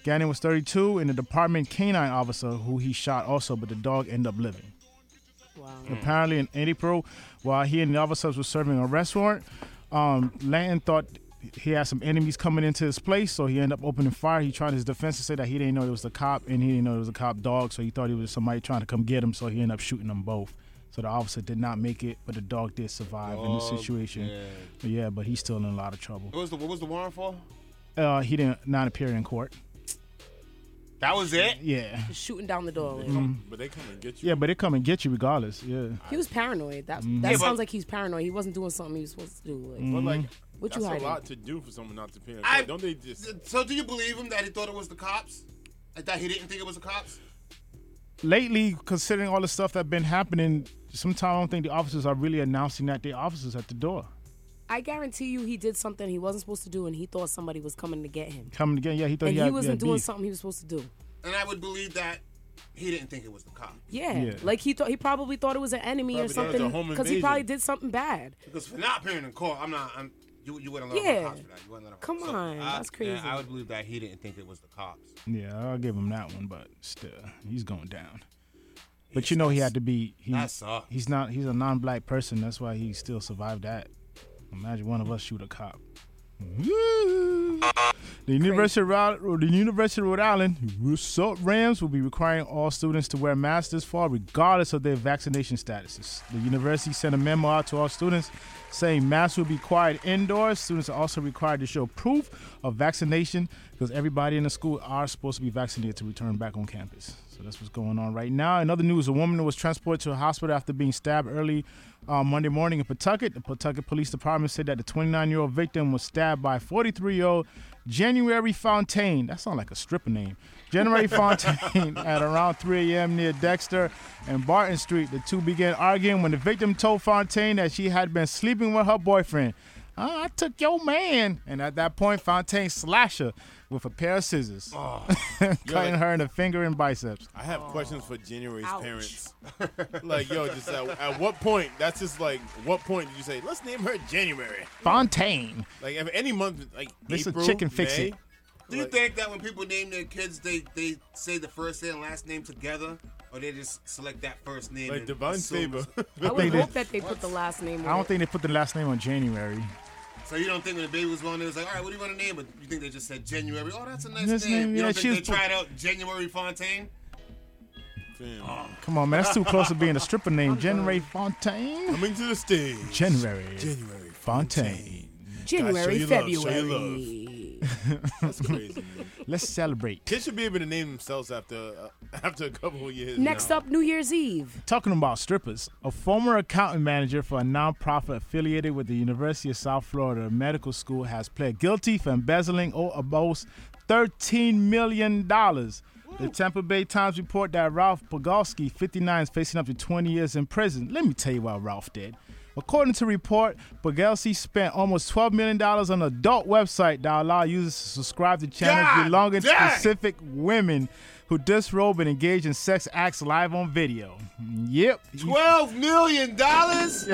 Speaker 5: Gannon was 32 and a department canine officer who he shot also, but the dog ended up living. Apparently, in April, while he and the officers were serving a arrest warrant, um, Lanton thought he had some enemies coming into his place, so he ended up opening fire. He tried his defense to say that he didn't know it was the cop and he didn't know it was a cop dog, so he thought it was somebody trying to come get him, so he ended up shooting them both. So the officer did not make it, but the dog did survive in the
Speaker 4: Dog
Speaker 5: situation.
Speaker 4: dead.
Speaker 5: Yeah, but he's still in a lot of trouble.
Speaker 4: What was the What was the warrant for?
Speaker 5: Uh, he didn't not appear in court.
Speaker 4: That was it.
Speaker 5: Yeah.
Speaker 2: Just shooting down the door.
Speaker 5: Mm.
Speaker 6: But they come and get you.
Speaker 5: Yeah, but they come and get you regardless. Yeah.
Speaker 2: He was paranoid. That
Speaker 5: Mhm.
Speaker 2: that
Speaker 5: Yeah, but-
Speaker 2: sounds like he's paranoid. He wasn't doing something he was supposed to do. Like,
Speaker 6: Mm-hmm.
Speaker 5: But, like,
Speaker 2: what you
Speaker 6: That's
Speaker 2: hiding?
Speaker 6: a lot to do for someone not to pay.
Speaker 4: I-
Speaker 6: Don't they just?
Speaker 4: So do you believe him that he thought it was the cops? And That he didn't think it was the cops?
Speaker 5: lately, considering all the stuff that's been happening, sometimes I don't think the officers are really announcing that they officers at the door.
Speaker 2: I guarantee you, he did something he wasn't supposed to do, and he thought somebody was coming to get him.
Speaker 5: Coming again, Oh, yeah, he thought
Speaker 2: and
Speaker 5: he,
Speaker 2: he
Speaker 5: had,
Speaker 2: wasn't
Speaker 5: had
Speaker 2: doing
Speaker 5: beef.
Speaker 2: something he was supposed to do.
Speaker 4: And I would believe that he didn't think it was the cops.
Speaker 2: Yeah,
Speaker 5: Yeah.
Speaker 2: like he thought he probably thought it was an enemy
Speaker 4: Probably
Speaker 2: or
Speaker 4: thought it was a
Speaker 2: something
Speaker 4: home
Speaker 2: because he
Speaker 4: invasion.
Speaker 2: probably did something bad.
Speaker 4: Because for not appearing in court, I'm not. I'm you. You wouldn't let
Speaker 2: Yeah.
Speaker 4: the cops for that. You wouldn't let him-
Speaker 2: Come on,
Speaker 4: I-
Speaker 2: that's crazy.
Speaker 4: Yeah, I would believe that he didn't think it was the cops.
Speaker 5: Yeah, I'll give him that one, but still, he's going down. But you know, he had to be. He,
Speaker 4: That sucks.
Speaker 5: He's not. He's a non-black person. That's why he still survived that. Imagine one of us shoot a cop. The University, of Rhode, the University of Rhode Island, what's up, Rams, will be requiring all students to wear masks this fall, regardless of their vaccination statuses. The university sent a memo out to all students saying masks will be required indoors. Students are also required to show proof of vaccination because everybody in the school are supposed to be vaccinated to return back on campus. So that's what's going on right now. In other news, a woman was transported to a hospital after being stabbed early uh, Monday morning in Pawtucket. The Pawtucket Police Department said that the 29-year-old victim was stabbed by 43-year-old January Fontaine. That sounds like a stripper name. January Fontaine at around 3 a.m. near Dexter and Barton Street. The two began arguing when the victim told Fontaine that she had been sleeping with her boyfriend. "Uh, I took your man. And at that point, Fontaine slashed her with a pair of scissors, cutting her in the finger and biceps.
Speaker 6: I have questions for January's parents. like, yo, just at, at what point? That's just like, what point did you say? Let's name her January.
Speaker 5: Fontaine.
Speaker 6: Like, if any month, like
Speaker 5: This is
Speaker 6: April,
Speaker 5: chicken fix
Speaker 6: May,
Speaker 5: it.
Speaker 4: Do you think that when people name their kids, they they say the first name and last name together, or they just select that first name?
Speaker 6: Like
Speaker 4: and
Speaker 6: Devon
Speaker 4: assume it's-
Speaker 5: I
Speaker 2: I would hope that they put the last name.
Speaker 5: I don't think they put the last name on January.
Speaker 4: So you don't think when the baby was born, it was like, all right, what do you want to name? But you think they just said January? Oh, that's a nice
Speaker 5: This
Speaker 4: name.
Speaker 5: name,
Speaker 4: You
Speaker 5: yeah,
Speaker 4: don't
Speaker 5: she
Speaker 4: think
Speaker 5: was
Speaker 4: they tried out January Fontaine?
Speaker 5: Come on, man. That's too close to being a stripper name. January Fontaine.
Speaker 6: Coming to the stage.
Speaker 5: January. January Fontaine.
Speaker 6: January, God, show you love, show
Speaker 2: February.
Speaker 6: That's crazy.
Speaker 5: Let's celebrate.
Speaker 6: Kids should be able to name themselves after uh, after a couple of years.
Speaker 2: Next up, New Year's Eve.
Speaker 5: Talking about strippers, a former accountant manager for a nonprofit affiliated with the University of South Florida Medical School has pled guilty for embezzling or almost $13 million. The Tampa Bay Times report that Ralph Pogolski, 59, is facing up to 20 years in prison. Let me tell you why Ralph did. According to report, Pogolski spent almost $12 million on an adult website that allow users to subscribe to channels
Speaker 6: God
Speaker 5: belonging to
Speaker 6: dang!
Speaker 5: specific women who disrobe and engage in sex acts live on video. Yep.
Speaker 4: Twelve million dollars.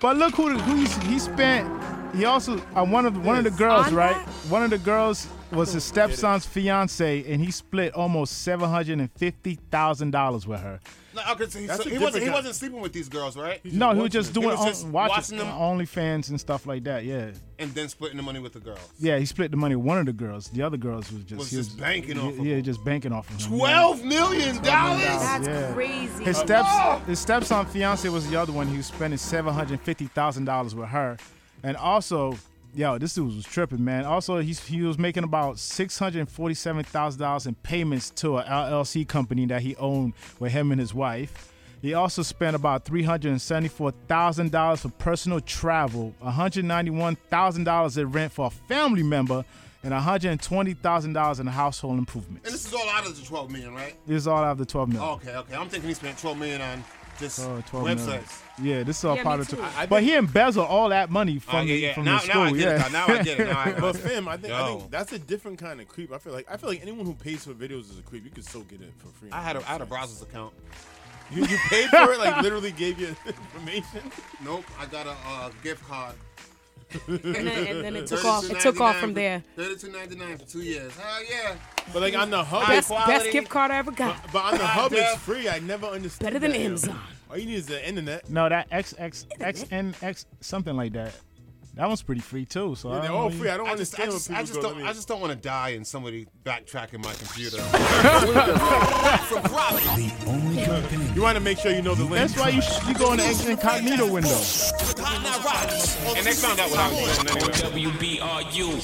Speaker 5: but look who, who he, he spent. He also uh, one of one of the girls, right? One of the girls was his stepson's fiance, and he split almost seven hundred and fifty thousand dollars with her.
Speaker 4: No, okay, so he,
Speaker 6: That's
Speaker 4: so
Speaker 6: a
Speaker 4: he wasn't
Speaker 6: different
Speaker 4: he
Speaker 6: guy.
Speaker 4: wasn't sleeping with these girls, right?
Speaker 5: No, he was just
Speaker 4: He
Speaker 5: doing
Speaker 4: was
Speaker 5: on-
Speaker 4: just
Speaker 5: watching,
Speaker 4: watching them
Speaker 5: OnlyFans and stuff like that. Yeah,
Speaker 4: and then splitting the money with the girls.
Speaker 5: yeah. He split the money. with One of the girls, the other girls was just
Speaker 4: Was
Speaker 5: he
Speaker 4: just banking
Speaker 5: yeah,
Speaker 4: off of
Speaker 5: Yeah, just banking off of him. yeah.
Speaker 4: Twelve million dollars.
Speaker 2: That's
Speaker 5: Yeah.
Speaker 2: crazy.
Speaker 5: His steps, his stepson fiance was the other one. He was spending seven hundred fifty thousand dollars with her, and also, yo, this dude was tripping, man. Also, he's, he was making about six hundred forty-seven thousand dollars in payments to a LLC company that he owned with him and his wife. He also spent about three hundred and seventy-four thousand dollars for personal travel, one hundred ninety-one thousand dollars in rent for a family member, and one hundred twenty thousand dollars in household improvement.
Speaker 4: And this is all out of the twelve million, right?
Speaker 5: This is all out of the twelve million.
Speaker 4: Okay, okay. I'm thinking he spent twelve million on just
Speaker 5: Oh, 12
Speaker 4: websites.
Speaker 5: million. Yeah, this is all
Speaker 4: Yeah, me
Speaker 5: part of
Speaker 4: too.
Speaker 5: it.
Speaker 4: I- I
Speaker 5: But
Speaker 4: think-
Speaker 5: he embezzled all that money from
Speaker 4: Oh, yeah,
Speaker 5: the
Speaker 4: yeah.
Speaker 5: from
Speaker 4: Now-
Speaker 5: the
Speaker 4: now
Speaker 5: school.
Speaker 4: I get it,
Speaker 5: yeah,
Speaker 4: now- now I get it, now I- uh,
Speaker 6: But fam, I think, I
Speaker 4: Yo.
Speaker 6: think that's a different kind of creep. I feel like I feel like anyone who pays for videos is a creep. You could still get it for free.
Speaker 4: I had a I had a browser's account.
Speaker 6: You, you paid for it, like literally gave you information.
Speaker 4: Nope, I got a uh, gift card.
Speaker 2: and then it took off- it took off from there.
Speaker 4: Thirty-two ninety-nine for two years. Hell yeah!
Speaker 6: But like on the hub,
Speaker 4: High
Speaker 6: it's-
Speaker 4: quality.
Speaker 2: card I ever got.
Speaker 6: But, but on the
Speaker 4: High
Speaker 6: hub, it's
Speaker 4: def.
Speaker 6: free. I never understood.
Speaker 2: Better than
Speaker 6: that, yo.
Speaker 2: Amazon.
Speaker 6: All you need is the internet.
Speaker 5: No, that X X X N X something like that. That one's pretty free too. So I
Speaker 6: they're
Speaker 5: don't
Speaker 6: all
Speaker 5: really-
Speaker 6: free. I don't
Speaker 4: I just, I
Speaker 6: understand
Speaker 4: just,
Speaker 6: what
Speaker 4: I
Speaker 6: people
Speaker 4: just
Speaker 6: go,
Speaker 4: don't,
Speaker 6: I
Speaker 4: I just don't want to die and somebody backtracking my computer.
Speaker 6: You want to make sure you know the link.
Speaker 5: That's why you sh- you go in the incognito window.
Speaker 4: and they found out what I was doing anyway.
Speaker 13: WBRU.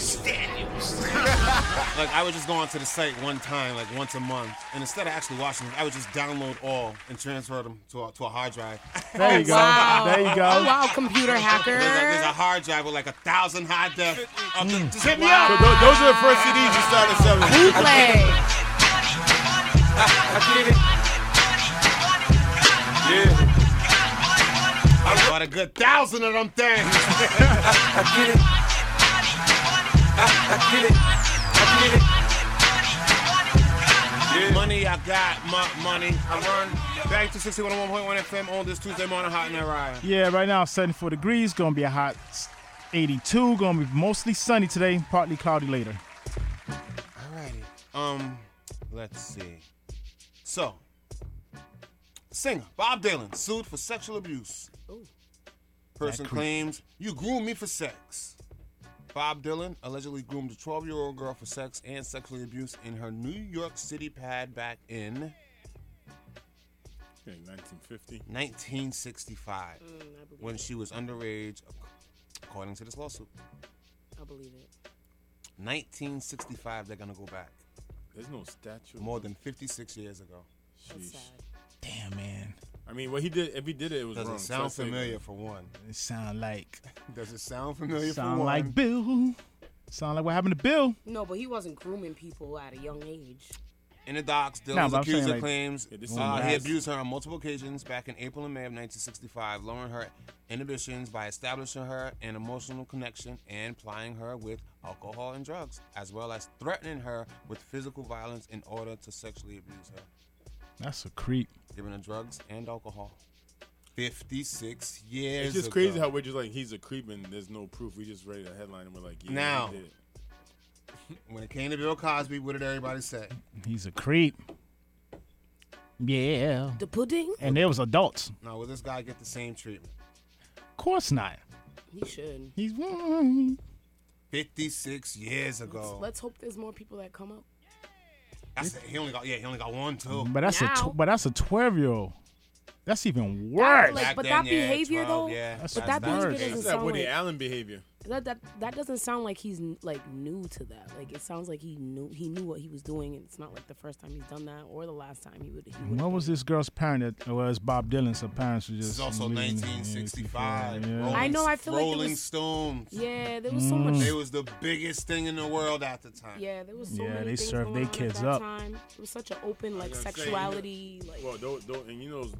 Speaker 4: Like I would just go onto the site one time, like once a month, and instead of actually watching them, I would just download all and transfer them to a, to a hard drive.
Speaker 5: There you go.
Speaker 2: Wow.
Speaker 5: There you go.
Speaker 2: Oh, wow, computer
Speaker 4: There's a,
Speaker 2: hacker.
Speaker 4: there's a hard drive with like a thousand high def. of the- just
Speaker 6: Hmm. Hit me
Speaker 4: wow.
Speaker 6: up. So tho- those are the first CDs you started selling.
Speaker 2: Bootleg.
Speaker 4: Yeah. I bought a good thousand of them things. I get it. I, get it. I get it. Money, I got my money. I run. Back to 6101.1 FM on this Tuesday morning, hot in that ride.
Speaker 5: Yeah, right now 74 degrees. Gonna be a hot 82. Gonna be mostly sunny today, partly cloudy later.
Speaker 4: Alrighty. Um, let's see. So, singer Bob Dylan sued for sexual abuse. Person
Speaker 5: Oh. That creep.
Speaker 4: claims you groomed me for sex. Bob Dylan allegedly groomed a 12-year-old girl for sex and sexual abuse in her New York City pad back in
Speaker 6: 1950.
Speaker 4: 1965
Speaker 5: Mm,
Speaker 4: when she was underage, ac- according to this lawsuit.
Speaker 2: I believe it.
Speaker 4: 1965, they're gonna go back.
Speaker 6: There's no statue.
Speaker 4: More than 56 years ago.
Speaker 6: Sheesh.
Speaker 5: Damn, man.
Speaker 6: I mean, what he did, if he did it, it was
Speaker 4: Doesn't
Speaker 6: wrong.
Speaker 4: sound
Speaker 6: Let's say
Speaker 4: familiar
Speaker 6: that.
Speaker 4: for one.
Speaker 5: It sound like.
Speaker 4: Does it sound familiar
Speaker 5: Sound
Speaker 4: for
Speaker 5: like
Speaker 4: one?
Speaker 5: Bill. Sound like what happened to Bill.
Speaker 2: No, but he wasn't grooming people at a young age.
Speaker 4: In the docs,
Speaker 5: Nah,
Speaker 4: Dylan's
Speaker 5: but I'm
Speaker 4: accuser
Speaker 5: saying, like,
Speaker 4: claims
Speaker 5: Yeah, this is
Speaker 4: uh, he
Speaker 5: nice.
Speaker 4: abused her on multiple occasions back in April and May of 1965, lowering her inhibitions by establishing her an emotional connection and plying her with alcohol and drugs, as well as threatening her with physical violence in order to sexually abuse her,
Speaker 5: That's a creep.
Speaker 4: giving her drugs and alcohol. 56 years.
Speaker 6: It's just
Speaker 4: ago.
Speaker 6: crazy how we're just like he's a creep and there's no proof. We just read a headline and we're like, yeah, he
Speaker 4: Now.
Speaker 6: did it.
Speaker 4: When it came to Bill Cosby, what did everybody say?
Speaker 5: He's a creep. Yeah.
Speaker 2: The pudding?
Speaker 5: And there was adults.
Speaker 4: Now, will this guy get the same treatment?
Speaker 5: Of course not.
Speaker 2: He should.
Speaker 5: He's mm, one.
Speaker 4: 56 years ago.
Speaker 2: Let's hope there's more people that come up.
Speaker 4: That's he only got yeah, he only got one too.
Speaker 5: But that's a
Speaker 2: Now-
Speaker 5: tw- but that's a twelve year old. That's even
Speaker 2: That-
Speaker 5: worse.
Speaker 2: like, but
Speaker 4: Back
Speaker 2: that
Speaker 4: then, yeah,
Speaker 2: behavior
Speaker 4: 12,
Speaker 2: though,
Speaker 4: yeah.
Speaker 2: but
Speaker 5: That's
Speaker 2: that behavior
Speaker 5: worse.
Speaker 2: doesn't
Speaker 6: That's that
Speaker 2: sound
Speaker 6: Woody
Speaker 2: like
Speaker 6: Allen behavior.
Speaker 2: that, that that doesn't sound like he's n- like new to that. Like it sounds like he knew he knew what he was doing, and it's not like the first time he's done that or the last time he would. He would
Speaker 5: What was this girl's parent? That, well, it's Bob Dylan's. Her parents were just.
Speaker 4: This is also
Speaker 5: really-
Speaker 4: 1965.
Speaker 5: Mm. Yeah.
Speaker 4: Rolling,
Speaker 2: I know, I feel like it
Speaker 4: Rolling
Speaker 2: was-
Speaker 4: Stones.
Speaker 2: yeah, there was so
Speaker 5: mm.
Speaker 2: much.
Speaker 4: It was the biggest thing in the world at the time.
Speaker 2: Yeah, there was so
Speaker 5: Yeah,
Speaker 2: many
Speaker 5: they
Speaker 2: things
Speaker 5: served
Speaker 2: going
Speaker 5: they
Speaker 2: on at
Speaker 5: kids
Speaker 2: that
Speaker 5: up.
Speaker 2: Time. It was such an open like
Speaker 6: Like I'm saying,
Speaker 2: sexuality. Like
Speaker 6: Well, those, those, and you know, those-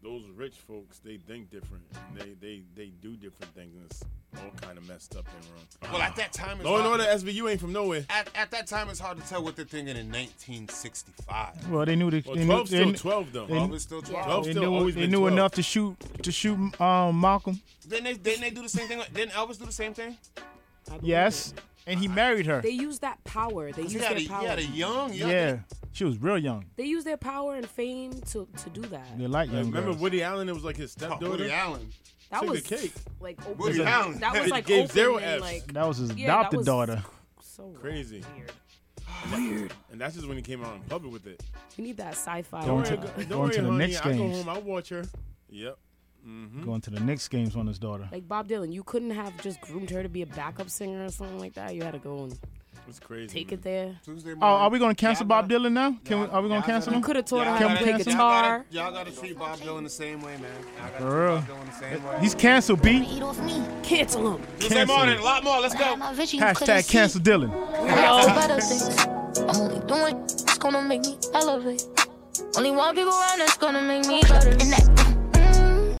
Speaker 6: those rich folks, they think different. They they they do different things, and it's all kind of messed up and wrong.
Speaker 4: Well, at that time, it's
Speaker 6: Law and
Speaker 4: hard
Speaker 6: Order,
Speaker 5: uh,
Speaker 4: to-
Speaker 6: SVU ain't from nowhere.
Speaker 4: At, at that time, it's hard to tell what they're thinking in 1965.
Speaker 5: Well, they knew the.
Speaker 6: Well,
Speaker 5: they
Speaker 6: 12
Speaker 5: knew,
Speaker 6: still
Speaker 5: they,
Speaker 6: 12 though.
Speaker 5: they-
Speaker 4: 12 is still 12.
Speaker 6: Twelve
Speaker 5: They
Speaker 6: still
Speaker 5: knew,
Speaker 6: always
Speaker 5: they
Speaker 6: been
Speaker 5: knew
Speaker 6: 12.
Speaker 5: enough to shoot to shoot um, Malcolm.
Speaker 4: Didn't they, didn't they do the same thing? Didn't Elvis do the same thing?
Speaker 2: I believe
Speaker 5: Yes, and he married her.
Speaker 2: it. They used that power. They used
Speaker 4: He had,
Speaker 2: their
Speaker 4: a, he
Speaker 2: power.
Speaker 4: had a young, young.
Speaker 5: Yeah, she was real young.
Speaker 2: They used their power and fame to to do that.
Speaker 5: They
Speaker 6: Like,
Speaker 5: like young
Speaker 6: remember
Speaker 5: girls.
Speaker 6: Woody Allen? It was like his
Speaker 4: Oh,
Speaker 6: stepdaughter.
Speaker 4: Woody Allen.
Speaker 2: That
Speaker 6: Took
Speaker 2: was
Speaker 6: the cake.
Speaker 2: like open.
Speaker 4: Woody Allen.
Speaker 2: That was
Speaker 4: He
Speaker 2: like
Speaker 6: gave
Speaker 2: open
Speaker 6: zero
Speaker 2: and,
Speaker 6: Fs.
Speaker 2: like
Speaker 5: That was his
Speaker 2: yeah, that
Speaker 5: adopted
Speaker 2: was
Speaker 5: daughter.
Speaker 2: So
Speaker 6: Crazy.
Speaker 2: Weird.
Speaker 6: And that's just when he came out in public with it.
Speaker 2: We need that sci-fi.
Speaker 5: Don't
Speaker 2: uh,
Speaker 5: worry,
Speaker 6: Don't worry,
Speaker 5: Going to the
Speaker 6: honey,
Speaker 5: next
Speaker 6: I go
Speaker 5: games.
Speaker 6: home, I watch her. Yep. Hmm?
Speaker 5: Going to the Knicks games on his daughter.
Speaker 2: Like Bob Dylan, you couldn't have just groomed her to be a backup singer or something like that. You had to go and
Speaker 6: It's crazy.
Speaker 2: take
Speaker 6: man.
Speaker 2: it there.
Speaker 4: Tuesday
Speaker 5: Oh,
Speaker 4: morning.
Speaker 5: are we gonna cancel
Speaker 4: Y'all
Speaker 5: Bob
Speaker 4: gotta-
Speaker 5: Dylan now? Can we,
Speaker 4: y'all-
Speaker 5: are
Speaker 4: y'all
Speaker 5: we gonna
Speaker 4: gotta-
Speaker 5: cancel him?
Speaker 2: You could have taught her
Speaker 4: y'all
Speaker 2: how to
Speaker 4: gotta-
Speaker 2: play
Speaker 4: y'all
Speaker 2: guitar.
Speaker 4: gotta- Y'all gotta treat Bob Dylan the same way, man. Y'all gotta
Speaker 5: For real.
Speaker 4: treat Bob Dylan the same way.
Speaker 5: He's canceled, B.
Speaker 11: Eat off me.
Speaker 2: Cancel him.
Speaker 4: Tuesday morning, a lot more. Let's go.
Speaker 11: Got my vision, you couldn't
Speaker 5: Hashtag
Speaker 11: see.
Speaker 5: cancel Dylan.
Speaker 11: I do better things. I'm only doing it's gonna make me elevate. Only one people around that's gonna make me better. And